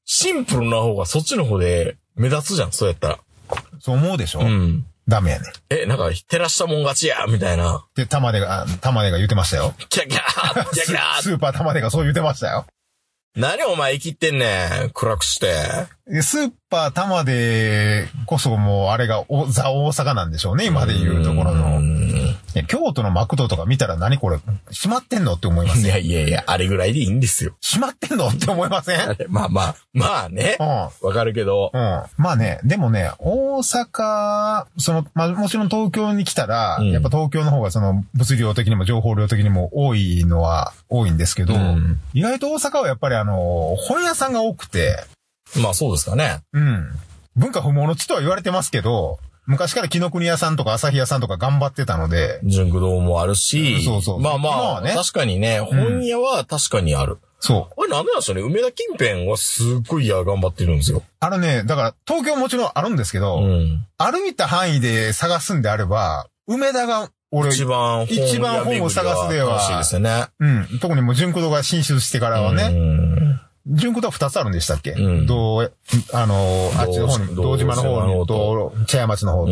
S1: シンプルな方がそっちの方で目立つじゃん、そうやったら。
S3: そう思うでしょ、
S1: うん。
S3: ダメやね。
S1: え、なんか、照らしたもん勝ちや、みたいな。
S3: で、玉出が、あ玉出が言ってましたよ。
S1: キャキャ
S3: [LAUGHS]
S1: ーキャキャ
S3: ス
S1: ー
S3: スーパー玉出がそう言ってましたよ。
S1: 何お前生きてんねん。暗くして。
S3: でスーパー玉出こそもうあれがおザ大阪なんでしょうね、今で言うところの。
S1: うん
S3: いや京都のマクドとか見たら何これ、閉まってんのって思います
S1: い
S3: よ。
S1: やいやいや、あれぐらいでいいんですよ。
S3: 閉まってんのって思いませんうん。
S1: あれまあまあ、まあね。わかるけど
S3: う。ん。まあね、でもね、大阪、その、まあもちろん東京に来たら、
S1: うん
S3: やっぱ東京の方がその物量的にも情報量的にも多いのは多いんですけど、
S1: うん
S3: 意外と大阪はやっぱりあの、本屋さんが多くて、
S1: まあそうですかね。
S3: うん。文化不毛の地とは言われてますけど、昔から木の国屋さんとか朝日屋さんとか頑張ってたので、
S1: 純駆動もあるし。
S3: そうそう
S1: まあ
S3: 今
S1: まあ、
S3: はね
S1: 確かにね、本屋は確かにある。
S3: そう。
S1: これなんでなんでしょうね。梅田近辺はすっごいいや頑張ってるんですよ。
S3: あのね、だから東京もちろんあるんですけど、
S1: うん。
S3: 歩いた範囲で探すんであれば、梅田が、俺、
S1: 一番本屋
S3: 一番本を探すでは
S1: 楽しいですよね。
S3: うん、特にもう純子堂が進出してからはね、
S1: ね。
S3: 純子堂は二つあるんでしたっけ
S1: うん
S3: どう、あの、あっちの方に、
S1: 道
S3: 道島の方
S1: 道島の方と
S3: に、と、茶屋町の方
S1: う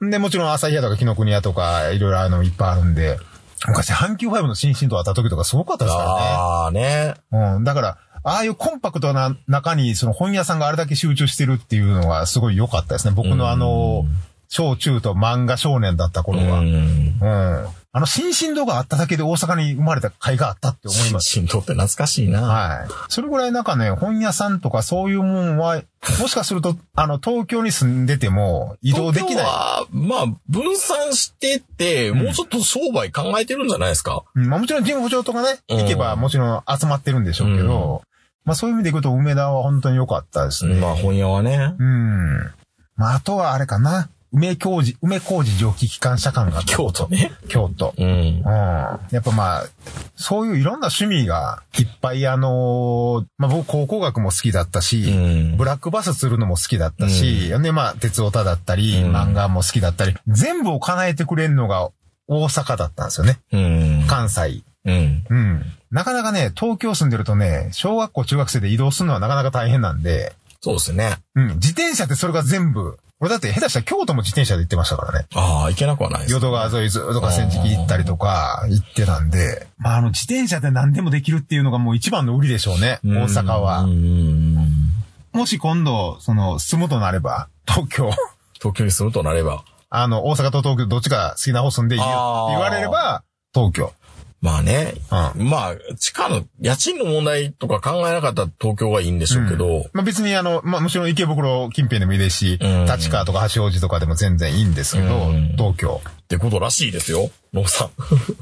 S3: と。
S1: ん。
S3: で、もちろん朝日屋とか木の国屋とか、いろいろあるのいっぱいあるんで、昔、阪急ファイブの新進と会った時とかすごかったですからね。
S1: ああね。
S3: うん、だから、ああいうコンパクトな中に、その本屋さんがあれだけ集中してるっていうのはすごい良かったですね。僕のあの、小中と漫画少年だった頃は。
S1: う
S3: うん。
S1: ん。
S3: あの、新進度があっただけで大阪に生まれた甲斐があったって思います。
S1: 神道って懐かしいな。
S3: はい。それぐらいなんかね、本屋さんとかそういうもんは、もしかすると、あの、東京に住んでても移動でき
S1: 東京
S3: ない。
S1: は、まあ、分散してって、もうちょっと商売考えてるんじゃないですか。
S3: うんまあもちろん神保町とかね、
S1: うん
S3: 行けばもちろん集まってるんでしょうけど、まあそういう意味でいくと梅田は本当に良かったですね。
S1: まあ、本屋はね。
S3: うん。まあ、あとはあれかな。梅工事、梅工事蒸気機関車館があった
S1: 京都ね。
S3: 京都。
S1: うん
S3: う。ん。やっぱまあ、そういういろんな趣味がいっぱいあのーまあ僕考古学も好きだった
S1: う
S3: し、
S1: ん
S3: ブ。ラックバス釣るのも好きだったし、ね、まあ、鉄オタだったり、
S1: うん
S3: 漫画も好きだったり、全部を叶えてくれるのが大阪だったんですよね。
S1: うん。
S3: 関西。
S1: うん。
S3: うん。なかなかね、東京住んでるとね、小学校中学生で移動するのはなかなか大変なんで、
S1: そうですね。
S3: うん。自転車ってそれが全部。俺だって下手したら京都も自転車で行ってましたからね。
S1: ああ、いけなくはないです。
S3: 淀川沿いずっと河川敷行ったりとか行ってたんで。まああの自転車で何でもできるっていうのがもう一番の売りでしょうね。大阪
S1: うん
S3: は。
S1: うん。
S3: もし今度、その住むとなれば、東京、
S1: 東京に住むとなれば。
S3: あの大阪と東京どっちが好きな方住んでいいよって
S1: あー
S3: 言われれば、東京。
S1: まあね。
S3: う
S1: まあ、地下の、家賃の問題とか考えなかったら東京がいいんでしょうけど、
S3: まあ別にあの、まあもちろん池袋近辺でもいいですし、
S1: うん
S3: 立川とか橋王子とかでも全然いいんですけど
S1: うん、
S3: 東京。
S1: ってことらしいですよ。ノブさ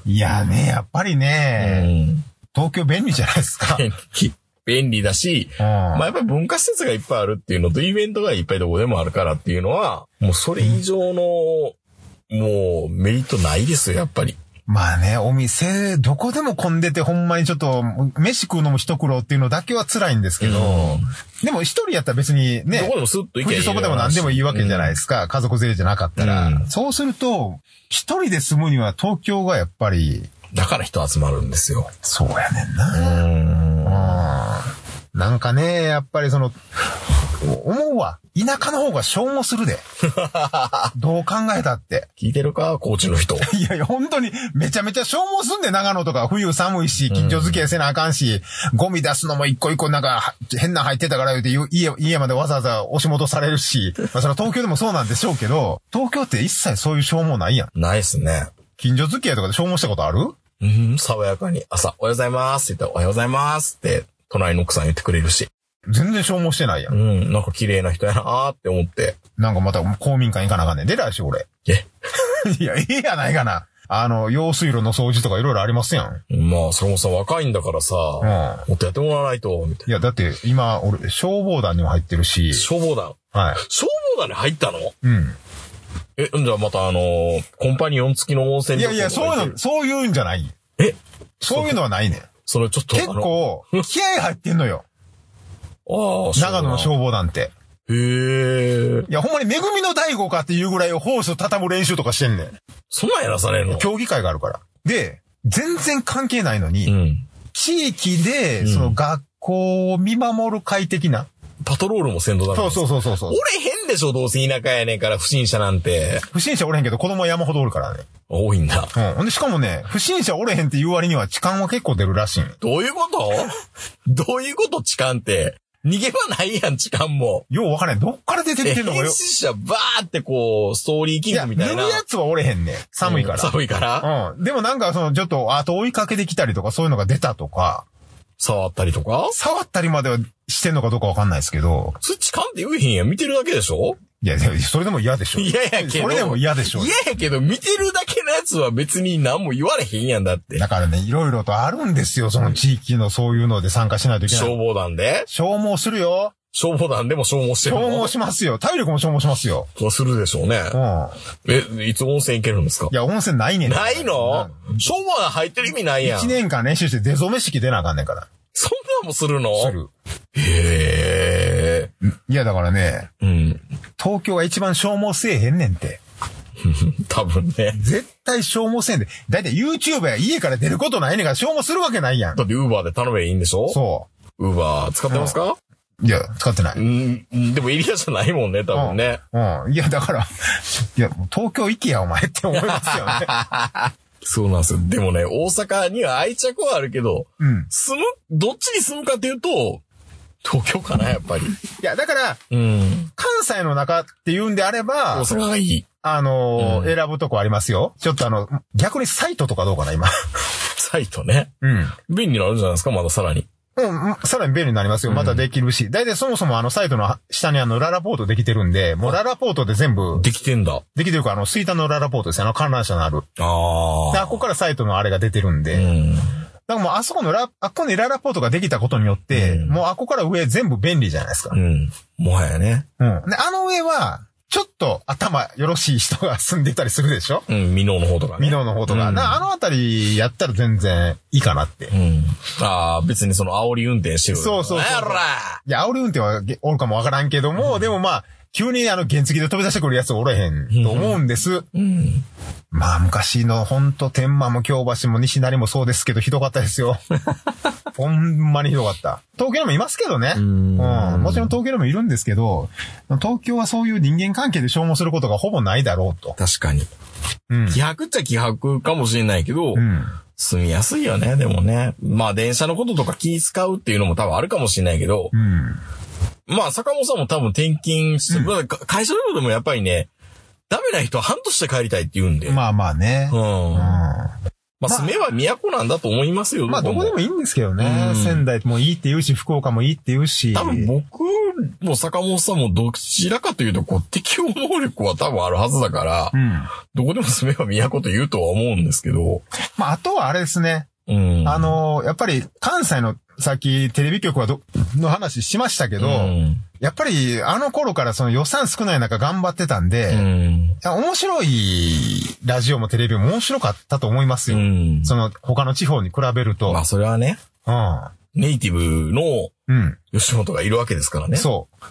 S1: ん。
S3: いやね、やっぱりね、
S1: うん [LAUGHS]
S3: 東京便利じゃないですか。
S1: 便利。便利だし、
S3: うん
S1: まあやっぱり文化施設がいっぱいあるっていうのと、イベントがいっぱいどこでもあるからっていうのは、もうそれ以上の、もうメリットないですよ、やっぱり。
S3: まあね、お店、どこでも混んでて、ほんまにちょっと、飯食うのも一苦労っていうのだけは辛いんですけど、でも一人やったら別に
S1: ど
S3: ね
S1: こ、でもスッと行
S3: 富
S1: け
S3: 士そこでも何でもいいわけじゃないですすか、家族連れじゃなかったら。
S1: うん
S3: そうすると、一人で住むには東京がやっぱり、
S1: だから人集まるんですよ。
S3: そうやねんな。
S1: うん。
S3: うんなんかね、やっぱりその、思うわ。田舎の方が消耗するで。どう考えたって。
S1: 聞いてるか高知の人。
S3: いやいや、本当に、めちゃめちゃ消耗すんで、長野とか。冬寒いし、近所付き合いせなあかんし、ゴミ出すのも一個一個なんか、変な入ってたから言うて、家、家までわざわざ押し戻されるし、まあそれは東京でもそうなんでしょうけど、東京って一切そういう消耗ないやん。
S1: ないっすね。
S3: 近所付き合いとかで消耗したことある
S1: うん、爽やかに朝、おはようございますって言ったら、おはようございますって、隣の奥さん言ってくれるし。
S3: 全然消耗してないや。
S1: うんん、なんか綺麗な人やなーって思って。
S3: なんかまた公民館行かなあかんねん。で、来週俺。
S1: え、
S3: [LAUGHS] いや、いいやないかな。あの、用水路の掃除とかいろいろありますやん。
S1: まあ、それもさ、若いんだからさ、
S3: うん。
S1: もっとやってもらわないと、みたい
S3: いや、だって今、俺、消防団にも入ってるし
S1: な。、消防団。
S3: はい。
S1: 消防団に入ったの
S3: うん。
S1: え、じゃあまたあのーコンパニオン付きの温泉
S3: いやいや、
S1: 旅行とか行
S3: そうい
S1: け
S3: う
S1: る
S3: の、そういうんじゃない。
S1: え
S3: そういうのはないねん。
S1: それちょっと、
S3: 結構、気合入ってんのよ。
S1: あの、ああ、
S3: 長野の
S1: そう
S3: 消防団って。
S1: なんへえ。
S3: いや、ほんまに恵みの大悟かっていうぐらいをホース畳む練習とかしてんねん。
S1: そんなんやらされるの
S3: 競技会があるから。で、全然関係ないのに、
S1: うん。
S3: 地域で、
S1: ん
S3: その学校を見守る会的な。
S1: パトロールも先導だ
S3: そう
S1: う。
S3: そうそうそうそう
S1: 俺。変でしょ、どうせ田舎やねんから、不審者なんて。
S3: 不審者おれへんけど、子供は山ほどおるからね。
S1: 多いんだ。
S3: うん。ほんで、しかもね、不審者おれへんっていう割には痴漢は結構出るらしいん。
S1: どういうこと
S3: [LAUGHS]
S1: どういうこと痴漢って。逃げ場ないやん、痴漢も。
S3: ようわからん。どっから出て
S1: え
S3: きて
S1: 変
S3: んのかよ。
S1: 身者ばーってこう、ストーリーキ
S3: い
S1: ン
S3: や、
S1: グ
S3: 脱
S1: み
S3: ぐ
S1: たいな。
S3: やつはおれへんねん。寒いから。
S1: 寒いから。
S3: うん。でもなんか、その、ちょっと、後追いかけてきたりとか、そういうのが出たとか、
S1: 触ったりとか。
S3: 触ったりまではしてんのかどうかわかんないですけど、
S1: それ痴漢って言えへんやん。見てるだけでしょ
S3: いや、いやそれでも嫌でしょ。
S1: いやいやけど。
S3: それでも嫌でしょ
S1: 嫌。やけど、見てるだけのやつは別に何も言われへんやんだって。
S3: だからね、いろいろとあるんですよ、その地域のそういうので参加しないといけな
S1: 消
S3: い。
S1: 防団で
S3: 消耗するよ。
S1: 消防団でも消耗してる
S3: 消
S1: の
S3: 耗しますよ。体力も消耗しますよ。
S1: そうするでしょうね
S3: う。ん。
S1: え、いつ温泉行けるんですか
S3: いや、温泉ないねん。
S1: ないの消防団入ってる意味ないやん。
S3: 一
S1: そんな
S3: 年間練習して出初め式出なあかんねんから。
S1: んもするの
S3: する。
S1: へえ。
S3: いや、だからね、
S1: うん。
S3: 東京が一番消耗せえへんねんって。
S1: 多分ね。
S3: 絶対消耗せんで。だいたい YouTuber や家から出ることないねんから消耗するわけないやん。
S1: だってウーバーで頼めばいいんでしょ
S3: そ
S1: ウーバー使ってますか
S3: う。いや、使ってな
S1: う
S3: い。
S1: ん、うんでもエリアじゃないもんね、多分ね。
S3: うん。いや、だから、いや、もう東京行けや、お前って思いま
S1: [LAUGHS]
S3: すよね。
S1: そうなんですよ。でもね、大阪には愛着はあるけど、
S3: うん。
S1: 住む、どっちに住むかっていうと、東京かな、やっぱり。
S3: いや、だから、
S1: うん。
S3: 関西の中って言うんであれ
S1: 大
S3: ば、
S1: 阪がいい。
S3: あの
S1: う
S3: ー選ぶとこありますよ。ちょっとあの、逆にサイトとかどうかな、今。
S1: サイトね。
S3: うん。
S1: 便利になるんじゃないですか、まださらに。
S3: うん、さらに便利になりますよ。またできるし。だいたいそもそもあのサイトの下にあのララポートできてるんで、もうララポートで全部
S1: できてんだ。
S3: できてるから、あの、スイタのララポートですよ。あの観覧車のある。
S1: あ
S3: で、あっこからサイトのあれが出てるんで。
S1: う
S3: だ
S1: ん。
S3: からもうあそこのラ、あっこにララポートができたことによって、
S1: うん
S3: もうあっこから上全部便利じゃないですか。う
S1: うん。もはやね。
S3: ん。で、あの上は、ちょっと頭よろしい人が住んでたりするでしょ
S1: うん、ミノの方とかね。
S3: ミノの方とか。
S1: うん
S3: なあのあたりやったら全然いいかなって。
S1: うん。ああ、別にその煽り運転してる。
S3: そうそうそう
S1: あら
S3: いや、煽り運転はげおるかもわからんけども、でもまあ、急にあの原付で飛び出してくるやつおれへんと思うんです。
S1: うん。
S3: まあ、昔のほんと天満も京橋も西成もそうですけど、ひどかったで
S1: [LAUGHS]
S3: すよ。ほんまにひどかった。東京にもいますけどね。
S1: う
S3: うんん。もちろん東京にもいるんですけど、東京はそういう人間関係で消耗することがほぼないだろうと。
S1: 確かに。
S3: うん。
S1: 気迫っちゃ気迫かもしれないけど、
S3: うん。
S1: 住みやすいよね、でもね。まあ電車のこととか気使うっていうのも多分あるかもしれないけど、
S3: うん。
S1: まあ坂本さんも多分転勤して、まあか会社のことでもやっぱりね、ダメな人は半年で帰りたいって言うんで。
S3: まあまあね。
S1: う
S3: うん。
S1: ん。まあ、住めば都なんだと思いますよ。
S3: まあ、どこでもいいんですけどね。
S1: うん
S3: 仙台もいいって言うし、福岡もいいって言うし。
S1: 多分僕も坂本さんもどちらかというと、こう、適応能力は多分あるはずだから
S3: う、ん。
S1: どこでも住めば都と言うとは思うんですけど。
S3: まあ、あとはあれですね。
S1: うん。
S3: あのやっぱり関西の、さっきテレビ局はど、の話しましたけど、
S1: うん、
S3: やっぱりあの頃からその予算少ない中頑張ってたんで、
S1: う
S3: い
S1: ん。
S3: や面白いラジオもテレビも面白かったと思います
S1: う
S3: よ。
S1: ん。
S3: その他の地方に比べると。
S1: まあ、それはね、ネイティブの
S3: うん。
S1: 吉本がいるわけですからね。
S3: そう。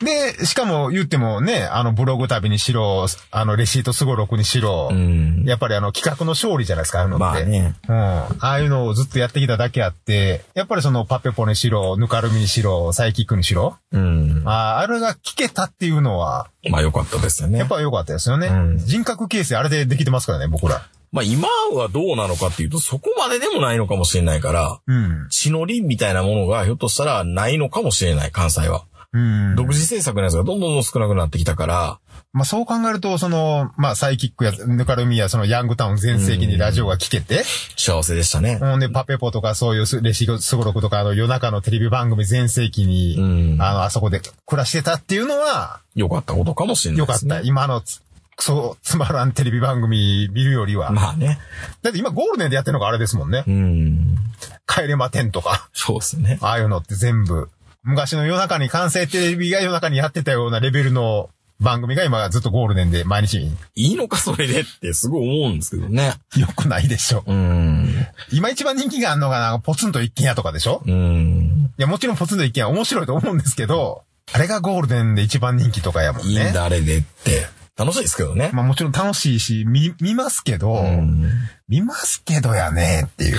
S3: で、しかも言ってもね、あのブログ旅にしろ、あのレシートすごろくにしろ、
S1: うん
S3: やっぱりあの企画の勝利じゃないですか、ああいうのって。
S1: まあね。
S3: うん。ああいうのをずっとやってきただけあって、やっぱりそのパペポにしろ、ぬかるみにしろ、サイキックにしろ、
S1: うん。
S3: ああれが聞けたっていうのは、
S1: まあ良かったですよね。
S3: やっぱ良かったですよね。
S1: うん
S3: 人格形成あれでできてますからね、僕ら。
S1: まあ今はどうなのかっていうと、そこまででもないのかもしれないから、
S3: うん。
S1: 血のりみたいなものがひょっとしたらないのかもしれない、関西は。
S3: うん。
S1: 独自制作のやつがどんどんどん少なくなってきたから、
S3: まあそう考えると、その、まあサイキックやぬかるみやそのヤングタウン全盛期にラジオが聞けて、
S1: 幸せでしたね。
S3: ほんでパペポとかそういうすレシゴスゴロクとかあの夜中のテレビ番組全盛期に、
S1: うん
S3: あの、あそこで暮らしてたっていうのは、
S1: 良かったことかもしれない
S3: 良
S1: で
S3: かっ
S1: すね。
S3: た。今のつ、クソつまらんテレビ番組見るよりは。
S1: まあね。
S3: だって今ゴールデンでやってるのがあれですもんね。
S1: うん。
S3: 帰れま10とか、
S1: そうですね。
S3: ああいうのって全部。昔の夜中に完成テレビが夜中にやってたようなレベルの番組が今ずっとゴールデンで毎日
S1: いいのか、それでってすごい思うんですけどね。
S3: 良くないでしょ。
S1: うん。
S3: 今一番人気があるのがなんかポツンと一軒家とかでしょ
S1: うん。
S3: いや、もちろんポツンと一軒家面白いと思うんですけど、あれがゴールデンで一番人気とかやもんね。
S1: いいんだ、あれでって。楽しいですけどね。
S3: まあもちろん楽しいし、見、見ますけど、
S1: うん
S3: 見ますけどやねっていう。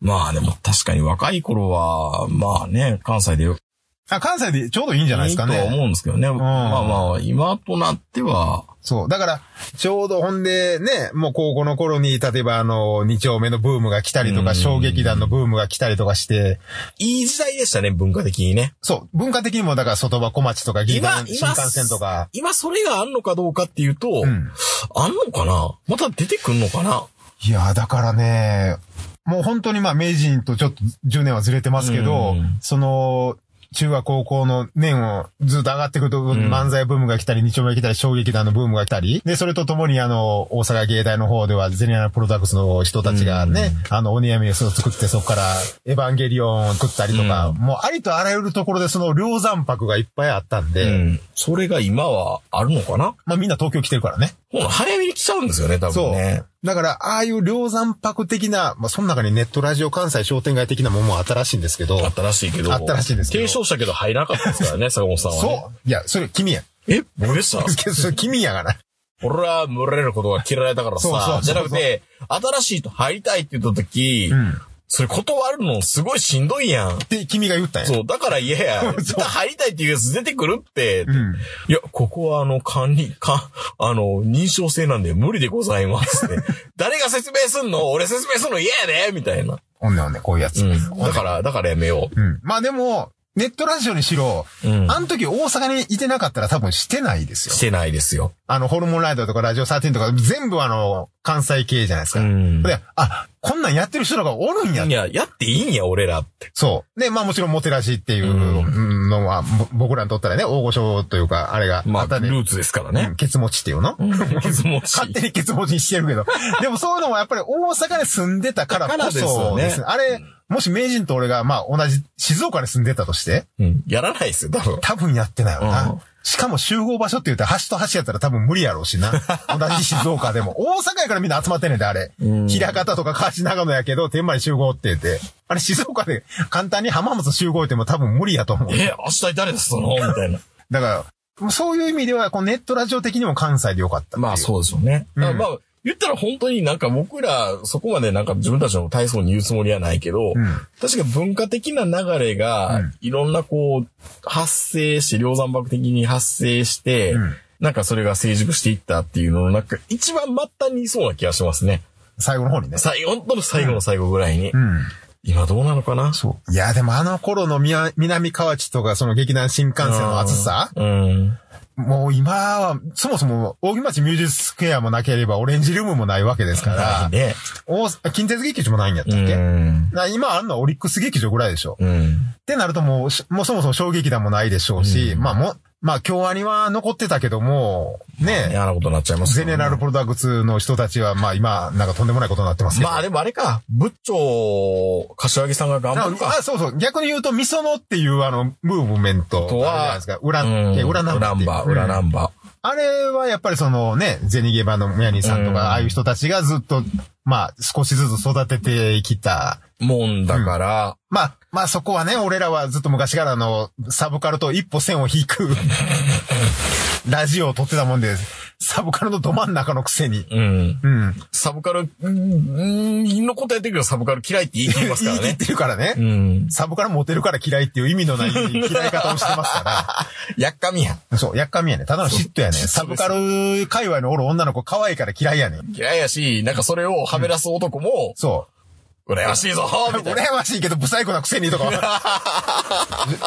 S1: まあでも確かに若い頃は、まあね、関西でよ
S3: あ、関西でちょうどいいんじゃないですかね。
S1: いいとは思うんですけどね。まあまあ、今となっては、
S3: そう。だから、ちょうどほんでね、もう高校の頃に、例えばあの、二丁目のブームが来たりと
S1: うん
S3: か、小劇団のブームが来たりとかして、
S1: いい時代でしたね、文化的にね。
S3: そう、文化的にもだから外場小町とか、銀
S1: 今
S3: 座、新
S1: 今、
S3: 幹線とか、
S1: 今それがあんのかどうかっていうと、
S3: うん。
S1: あんのかなまた出てくんのかない
S3: やー、だからね、もう本当にまあ、名人とちょっと10年はずれてますけ
S1: う
S3: ど、
S1: ん
S3: その、中学高校の年をずっと上がっていくと、
S1: ん
S3: 漫才ブームが来たり、二丁目が来たり、小劇団のブームが来たり、で、それとともにあの、大阪芸大の方では、ゼニアナプロダクツの人たちがね、あの、鬼闇を作って、そこから、エヴァンゲリオンを作ったりとか、
S1: うん
S3: もうありとあらゆるところでその、量山泊がいっぱいあったんで、
S1: うん。それが今はあるのかな
S3: まあみんな東京来てるからね。
S1: ほら、早めに来ちゃうんですよね、多
S3: そ
S1: 分
S3: う。
S1: ね。
S3: だから、ああいう量山泊的な、まあ、その中にネットラジオ関西商店街的なもんもあったらしいんですけど、
S1: あったらしいけど。
S3: あったらしいですけど
S1: 継承したけど入らなかったです
S3: [LAUGHS]
S1: からね、坂本さんは、ね。
S3: そう。いや、それ君や。
S1: う。え、僕でした
S3: けど、それ君やがな。
S1: 俺は群れることが嫌いだからさ、
S3: そうそうそう
S1: じゃなくて、新しいと入りたいって言った時、
S3: ん
S1: それ断るのすごいしんどいやん。
S3: って君が言ったん
S1: [LAUGHS]
S3: や。
S1: そう、だから言えや、絶対入りたいっていうやつ出てくるって。
S3: ん
S1: いや、ここはあの、管理、か、あの、認証制なんで無理でございます [LAUGHS] って。誰が説明すんの俺説明すんの嫌やでみたいな。
S3: ほんねほんね、こういうやつ。
S1: う。
S3: うんん。
S1: だから、だからやめよ
S3: まあでも、ネットラジオにしろ、
S1: う。うん。
S3: あの時大阪にいてなかったら多分してないですよ
S1: し。てないですよ。
S3: あの、ホルモンライドとかラジオ13とか、全部あの、関西系じゃないですか。
S1: うん
S3: で、あ、こんなんやってる人らがおるんや
S1: いや、やっていいんや、俺らって。
S3: そう。で、まあもちろんモテラジっていううんのは、ぼ僕らにとったらね、大御所というか、あれが
S1: まあ、
S3: った
S1: ル
S3: ね
S1: ーツですから
S3: う
S1: ね
S3: ん。ケツ持ちっていうの、
S1: [LAUGHS] 傷持ち
S3: 勝手にケツ持ちにしてるけ
S1: [LAUGHS]
S3: ど。でもそういうのもやっぱり大阪に住んでたからこ
S1: だから
S3: そ
S1: で
S3: で
S1: よ
S3: すす
S1: ね
S3: ね。あれ、もし名人と俺が、まあ同じ静岡に住んでたとして、
S1: うん。やらないですよ、多分。
S3: 多分やってないよな。
S1: うん
S3: しかも集合場所って言って橋と橋やったら多分無理やろう
S1: [LAUGHS]
S3: しな。同じ静岡でも。大阪やからみんな集まってんねんで、あれ。
S1: ん
S3: 平方とか川内長野やけど、天満に集合って言って。あれ静岡で簡単に浜松集合っても多分無理やと思う。
S1: え、明日誰ですそのみたいな。
S3: だから、そういう意味では、このネットラジオ的にも関西でよかったっていう。
S1: まあそうでしょうね。
S3: うん
S1: だからまあ、言ったら本当になんか僕ら、そこまでなんか自分たちの体操に言うつもりはないけど、
S3: うん
S1: 確か文化的な流れが、
S3: うん
S1: いろんなこう、発生して、量産爆的に発生して、
S3: うん
S1: なんかそれが成熟していったっていうのの、なんか一番末端にいそうな気がしますね。
S3: 最後の方にね。
S1: 最後、本当の最後の最後ぐらいに。
S3: うん。
S1: 今どうなのかな
S3: そう。いや、でもあの頃の宮南河内とか、その劇団新幹線の暑さ、
S1: うん。
S3: もう今は、そもそも、大木町ミュージックスクエアもなければ、オレンジルームもないわけですか
S1: ない
S3: ら、
S1: ね。
S3: 大近鉄劇場もないんやったっけ、
S1: うん。
S3: な今あるのはオリックス劇場ぐらいでしょ。
S1: うん。
S3: ってなるともうし、もうそもそも小劇団もないでしょうし、まあもう、まあ京アニは残ってたけども、ね、
S1: 嫌なことになっちゃいますけ
S3: ゼ
S1: どね
S3: ネラルプロダクツの人たちは、まあ今、なんかとんでもないことになってますけど。
S1: まあでもあれか、部長、柏木さんが頑張
S3: あ
S1: るか。
S3: あ、そうそう。逆に言うと、ミソノっていうあの、ムーブメント。
S1: とは
S3: あれじゃないですか。裏、え裏ナンバーっていう。
S1: 裏ナ
S3: うん
S1: ンバ
S3: あれはやっぱりそのね、ゼニゲバのムヤニさん
S1: う
S3: と
S1: ん
S3: か、ああいう人たちがずっと、まあ、少しずつ育ててきた。
S1: ー。もんだから、
S3: まあ、まあそこはね、俺らはずっと昔からあの、サブカルと一歩線を引
S1: [LAUGHS]
S3: く、ラジオを撮ってたもんで、サブカルのど真ん中のくせに。
S1: うん。
S3: うん。
S1: サブカル、うん、のことやってるけど、サブカル嫌いって言い切りますか
S3: 言い
S1: ら
S3: 切っ
S1: ね。
S3: てるからね。
S1: うん。
S3: サブからモテるから嫌いっていう意味のない嫌い方をしてますか
S1: やっかみやん。 [LAUGHS]
S3: ら。そう、やっかみやね。ただの嫉妬やね。
S1: そう
S3: サブカル界隈のおる女の子可愛いから嫌いやね。
S1: 嫌いやし、なんかそれをはめ出す男も、
S3: そう。
S1: 羨ましいぞみたいな。
S3: 羨ましいけど、不細工なくせにと [LAUGHS] か。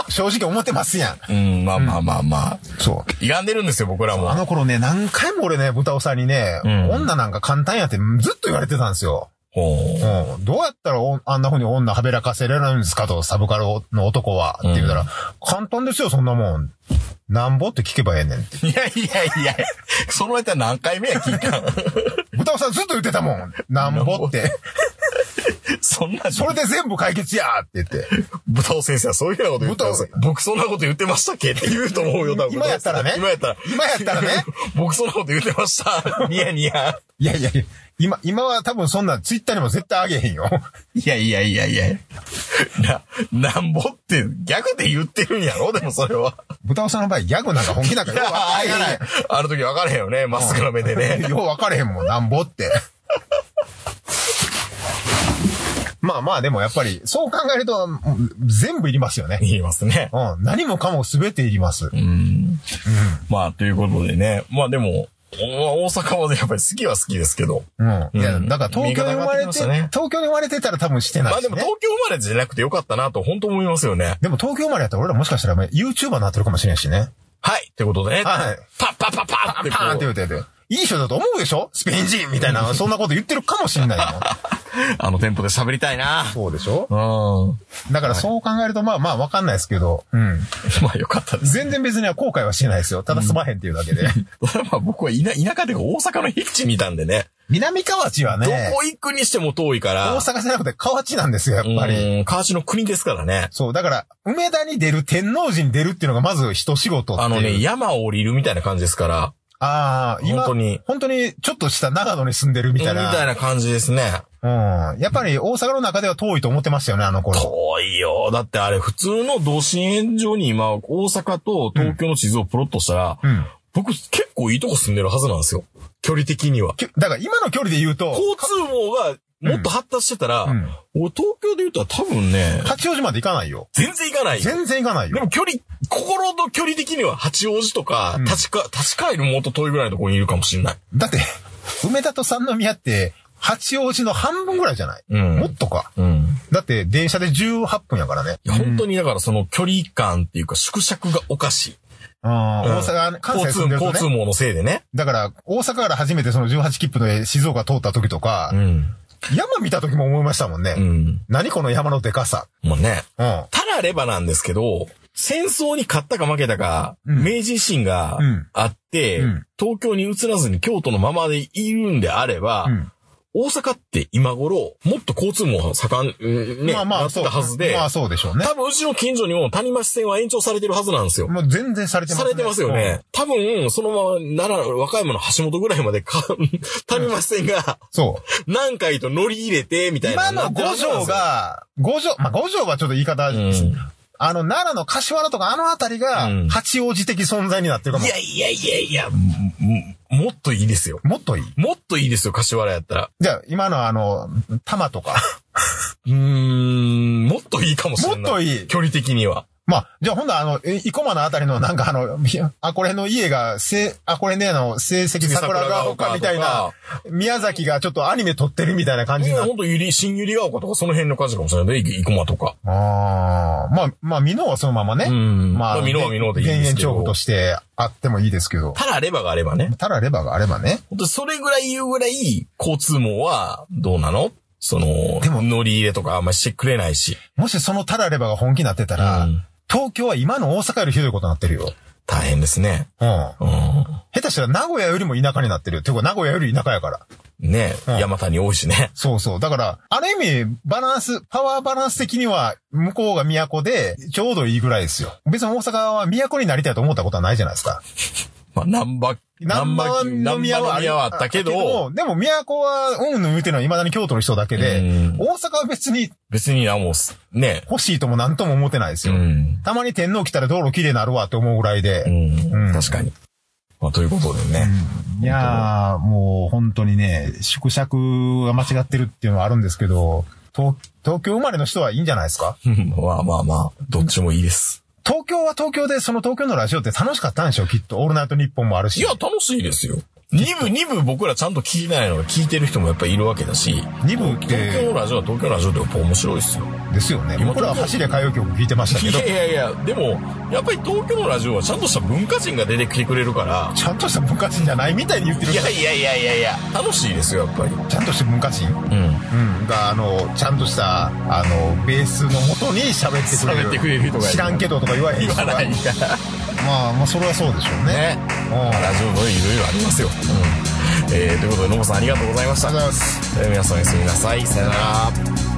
S3: 正直思ってますやん。
S1: うん、まあまあまあまあ。
S3: そう。
S1: 歪んでるんですよ、僕らも
S3: あ。の頃ね、何回も俺ね、豚尾さんにね、
S1: うん
S3: 女なんか簡単やってずっと言われてたんですよ。
S1: ほう
S3: うん。どうやったらおあんな風に女はべらかせれるんですかと、サブカルの男は。って言うたら、簡単ですよ、そんなもん。なんぼって聞けばええねんって。
S1: いやいやいや、そのネタ何回目や聞いたん
S3: 豚尾さんずっと言ってたもん。なんぼって。
S1: そんな、
S3: [LAUGHS] それで全部解決やーって言って。
S1: 豚尾先生はそういうようなこと言ってます
S3: 豚。
S1: 僕そんなこと言ってましたっけって言うと思うよ、多分。
S3: 今やったらね。
S1: 今やったら。
S3: 今やったらね。
S1: [LAUGHS] 僕そんなこと言ってました。ニヤニヤ。
S3: いやいやいや。今、今は多分そんなツイッターにも絶対あげ [LAUGHS] へんよ。
S1: いやいやいやいやな、なんぼって、逆で言ってるんやろでもそれは。
S3: 豚尾さんの場合、ギャグなんか本気なんかようわ
S1: あ
S3: か
S1: いやいやあの時分からへんよね、まっすぐな目で
S3: らへん。
S1: ね。
S3: [LAUGHS] よう分かれへんもん、なんぼって。 [LAUGHS] まあまあ、でもやっぱり、そう考えると、うん全部いりますよね。
S1: 言いますね。
S3: うん、何もかも全ていります。
S1: うん。まあ、ということでね。まあでも、お大阪はやっぱり好きは好きですけど。
S3: うん。いや、
S1: うん
S3: だから東京に生ま
S1: 見方が変わって
S3: れ、
S1: きましてたね
S3: 東京に生まれてたら多分してない
S1: ま
S3: で
S1: あで
S3: す、ね。
S1: も東京生まれじゃなくてよかったなと本当思いますよね。
S3: でも東京生まれやったら俺らもしかしたら YouTuber になってるかもしれんしね。
S1: はい。ってことでね。
S3: はい
S1: パッパッパッパッって
S3: パーンって
S1: こう。
S3: 言うてて。いい人だと思うでしょスペイン人みたいな、そんなこと言ってるかもしれないよ。
S1: あの店舗で喋りたいな。
S3: そうでしょ
S1: うん。 [LAUGHS] ま
S3: だからそう考えると、まあまあわかんないですけど、うん。
S1: あよかったです。
S3: 全然別には後悔はしてないですよ。ただすまへんっていうだけで。
S1: [LAUGHS] まあ僕は田田舎で大阪の僻地にいたんでね。
S3: 南河内は
S1: ど
S3: ね、
S1: こ行くにしても遠いから。
S3: 大阪じゃなくて河内なんですよ、やっぱり。
S1: うん、川内の国ですからね。
S3: そう、だから、梅田に出る、天王寺に出るっていうのがまず一仕事ってい
S1: あ
S3: う。
S1: のね、山を降りるみたいな感じですから。
S3: ああ、今、
S1: 本当
S3: 本当
S1: に
S3: に、ちょっとした長野に住んでるみ
S1: み
S3: た
S1: た
S3: い
S1: い
S3: な。
S1: な感じですね。
S3: うん。やっぱり大阪の中では遠いと思ってましたよね、あの頃。
S1: 遠いよ。だってあれ、普通の同心円上に今、大阪と東京の地図をプロットしたら、
S3: うん。
S1: 僕結構いいとこ住んでるはずなんですよ。距離的には。
S3: きゅだから今の距離で言うと、
S1: 交通網がもっと発達してたら、
S3: うん
S1: 俺東京で言うと多分ね、
S3: 八王子まで行かないよ。
S1: 全然行かないよ。
S3: 全然行かない
S1: で
S3: よ。
S1: も距離、心の距離的には八王子とか、
S3: ん
S1: 立ちか、立ち返るもっと遠いぐらいのところにいるかもしれない。
S3: だって、梅田と三宮って、八王子の半分ぐらいじゃない、
S1: うん
S3: もっとか。
S1: うん。
S3: だって、電車で18分やからね。
S1: いや、本当にだからその距離感っていうか縮尺がおかしい。
S3: あ
S1: うん
S3: ー大阪、関西
S1: 交通、
S3: 住んでると
S1: 交通
S3: ね。
S1: 網のせいでね。
S3: だから、大阪から初めてその18切符の静岡通った時とか、
S1: ん。
S3: 山見た時も思いましたもんね。
S1: うん。
S3: 何この山のデカさ。
S1: もうね。
S3: うん。
S1: たらればなんですけど、戦争に勝ったか負けたか、
S3: うん
S1: 明治維新が
S3: うん
S1: あって、
S3: うん
S1: 東京に移らずに京都のままでいるんであれば、
S3: うん
S1: 大阪って今頃、もっと交通網盛ん、うんね、
S3: まあま
S1: な
S3: あ、
S1: って
S3: そ
S1: た
S3: う。
S1: はずで、
S3: まあそうでしょうね。
S1: 多分うちの近所にも谷町線は延長されてるはずなんですよ。
S3: もう全然されてます
S1: されてますよね。。多分、そのまま、奈良、和歌山の橋本ぐらいまで
S3: [LAUGHS]
S1: か、谷町線が、
S3: そ
S1: 何回と乗り入れて、み
S3: う。
S1: たいな。
S3: 今の五条、が、五条、まあ五条はちょっと言い方、
S1: ん
S3: あの、奈良の柏原とかあの辺りが
S1: うん、
S3: 八王子的存在になってるかも
S1: い。やいやいやいや、ももっといいですよ。
S3: もっといい
S1: もっといいですよ、柏原やったら。
S3: じゃあ、今のあの、
S1: [LAUGHS]
S3: 玉とか。
S1: うーん、もっといいかもしれない。
S3: もっといい
S1: 距離的には。
S3: まあ、じゃあほんならあの、え生駒のあたりのなんかあの、 [LAUGHS] みあ、これの家が、せ、あ、これね、あの、成績桜が丘みたいな、宮崎がちょっとアニメ撮ってるみたいな感じ
S1: い
S3: に
S1: や、
S3: な
S1: ほんと、ゆり、新ゆりが丘とか、その辺の感じかもしれないね。い生駒とか。
S3: ああ、まあ、まあ、ミノはそのままね。
S1: うん
S3: ま
S1: ま
S3: あ、
S1: あミノはミノでいいんですけど
S3: 田園調布としてあってもいいですけど。
S1: ただレバーがあればね。
S3: ただレバーがあればね。
S1: 本当それぐらい言うぐらい、交通網は、どうなのその、
S3: でも
S1: 乗り入れとかあんましてくれないし。
S3: もしそのただレバーが本気になってたら、
S1: うん
S3: 東京は今の大阪よりひどいことになってるよ。
S1: 大変ですね。
S3: うん。
S1: う
S3: 下手したら名古屋よりも田舎になってる。ていうか名古屋より田舎やから。
S1: ん。ね、
S3: うん
S1: 山谷多いしね。 [LAUGHS]
S3: そうそう。だから、ある意味、バランス、パワーバランス的には、向こうが都で、ちょうどいいぐらいですよ。別に大阪は都になりたいと思ったことはないじゃないですか。
S1: まあ、ナンバー
S3: 南蛮は
S1: 南蛮
S3: 飲み屋はあ
S1: 南蛮飲
S3: り
S1: み屋はあったけど
S3: あったけでも、都は、うんぬん言うてるのは未だに京都の人だけで、
S1: うん
S3: 大阪は別に
S1: 別にな、もうす、ね。
S3: 欲しいとも何とも思ってないです
S1: う
S3: よ。
S1: ん。
S3: たまに天皇来たら道路綺麗になるわって思うぐらいで。
S1: うん。
S3: うん
S1: 確かに。まあ、ということでね。
S3: いやー、もう本当にね、縮尺が間違ってるっていうのはあるんですけど、東東京生まれの人はいいんじゃないですか
S1: [LAUGHS] まあまあまあ、どっちもいいです。
S3: 東京は東京で、その東京のラジオって楽しかったんでしょきっと。オールナイトニッポンもあるし。
S1: いや、楽しいですよ。二部、二部僕らちゃんと聞いてないのが聞いてる人もやっぱいるわけだし、
S3: 2部っ
S1: 東京
S3: て、
S1: のラジオは東京のラジオでやっぱ面白いですよ。
S3: ですよね。
S1: 今
S3: 僕らは走り歌謡曲聞いてましたけ
S1: い
S3: ど、
S1: やいやいや、でも、やっぱり東京のラジオはちゃんとした文化人が出てきてくれるから、
S3: ちゃんとした文化人じゃないみたいに言ってる
S1: い
S3: けど
S1: やいやいやいやいや、楽しいですよ、やっぱり。
S3: ちゃんとした文化人
S1: うん。
S3: うん。が、あの、ちゃんとした、あの、ベースのもとに喋ってくれ
S1: 喋
S3: る。
S1: ってくれる人がいる
S3: 知らんけどとか言わへん
S1: 言
S3: 人
S1: わ
S3: が。
S1: ないから。
S3: まあ、まあ、それはそうでしょうね。
S1: ね。ラジオのいろいろありますよ。うん。えー、ということで、ノボさんありがとうございました。
S3: ありがとうございます
S1: えー皆さんおやすみなさい。さよなら。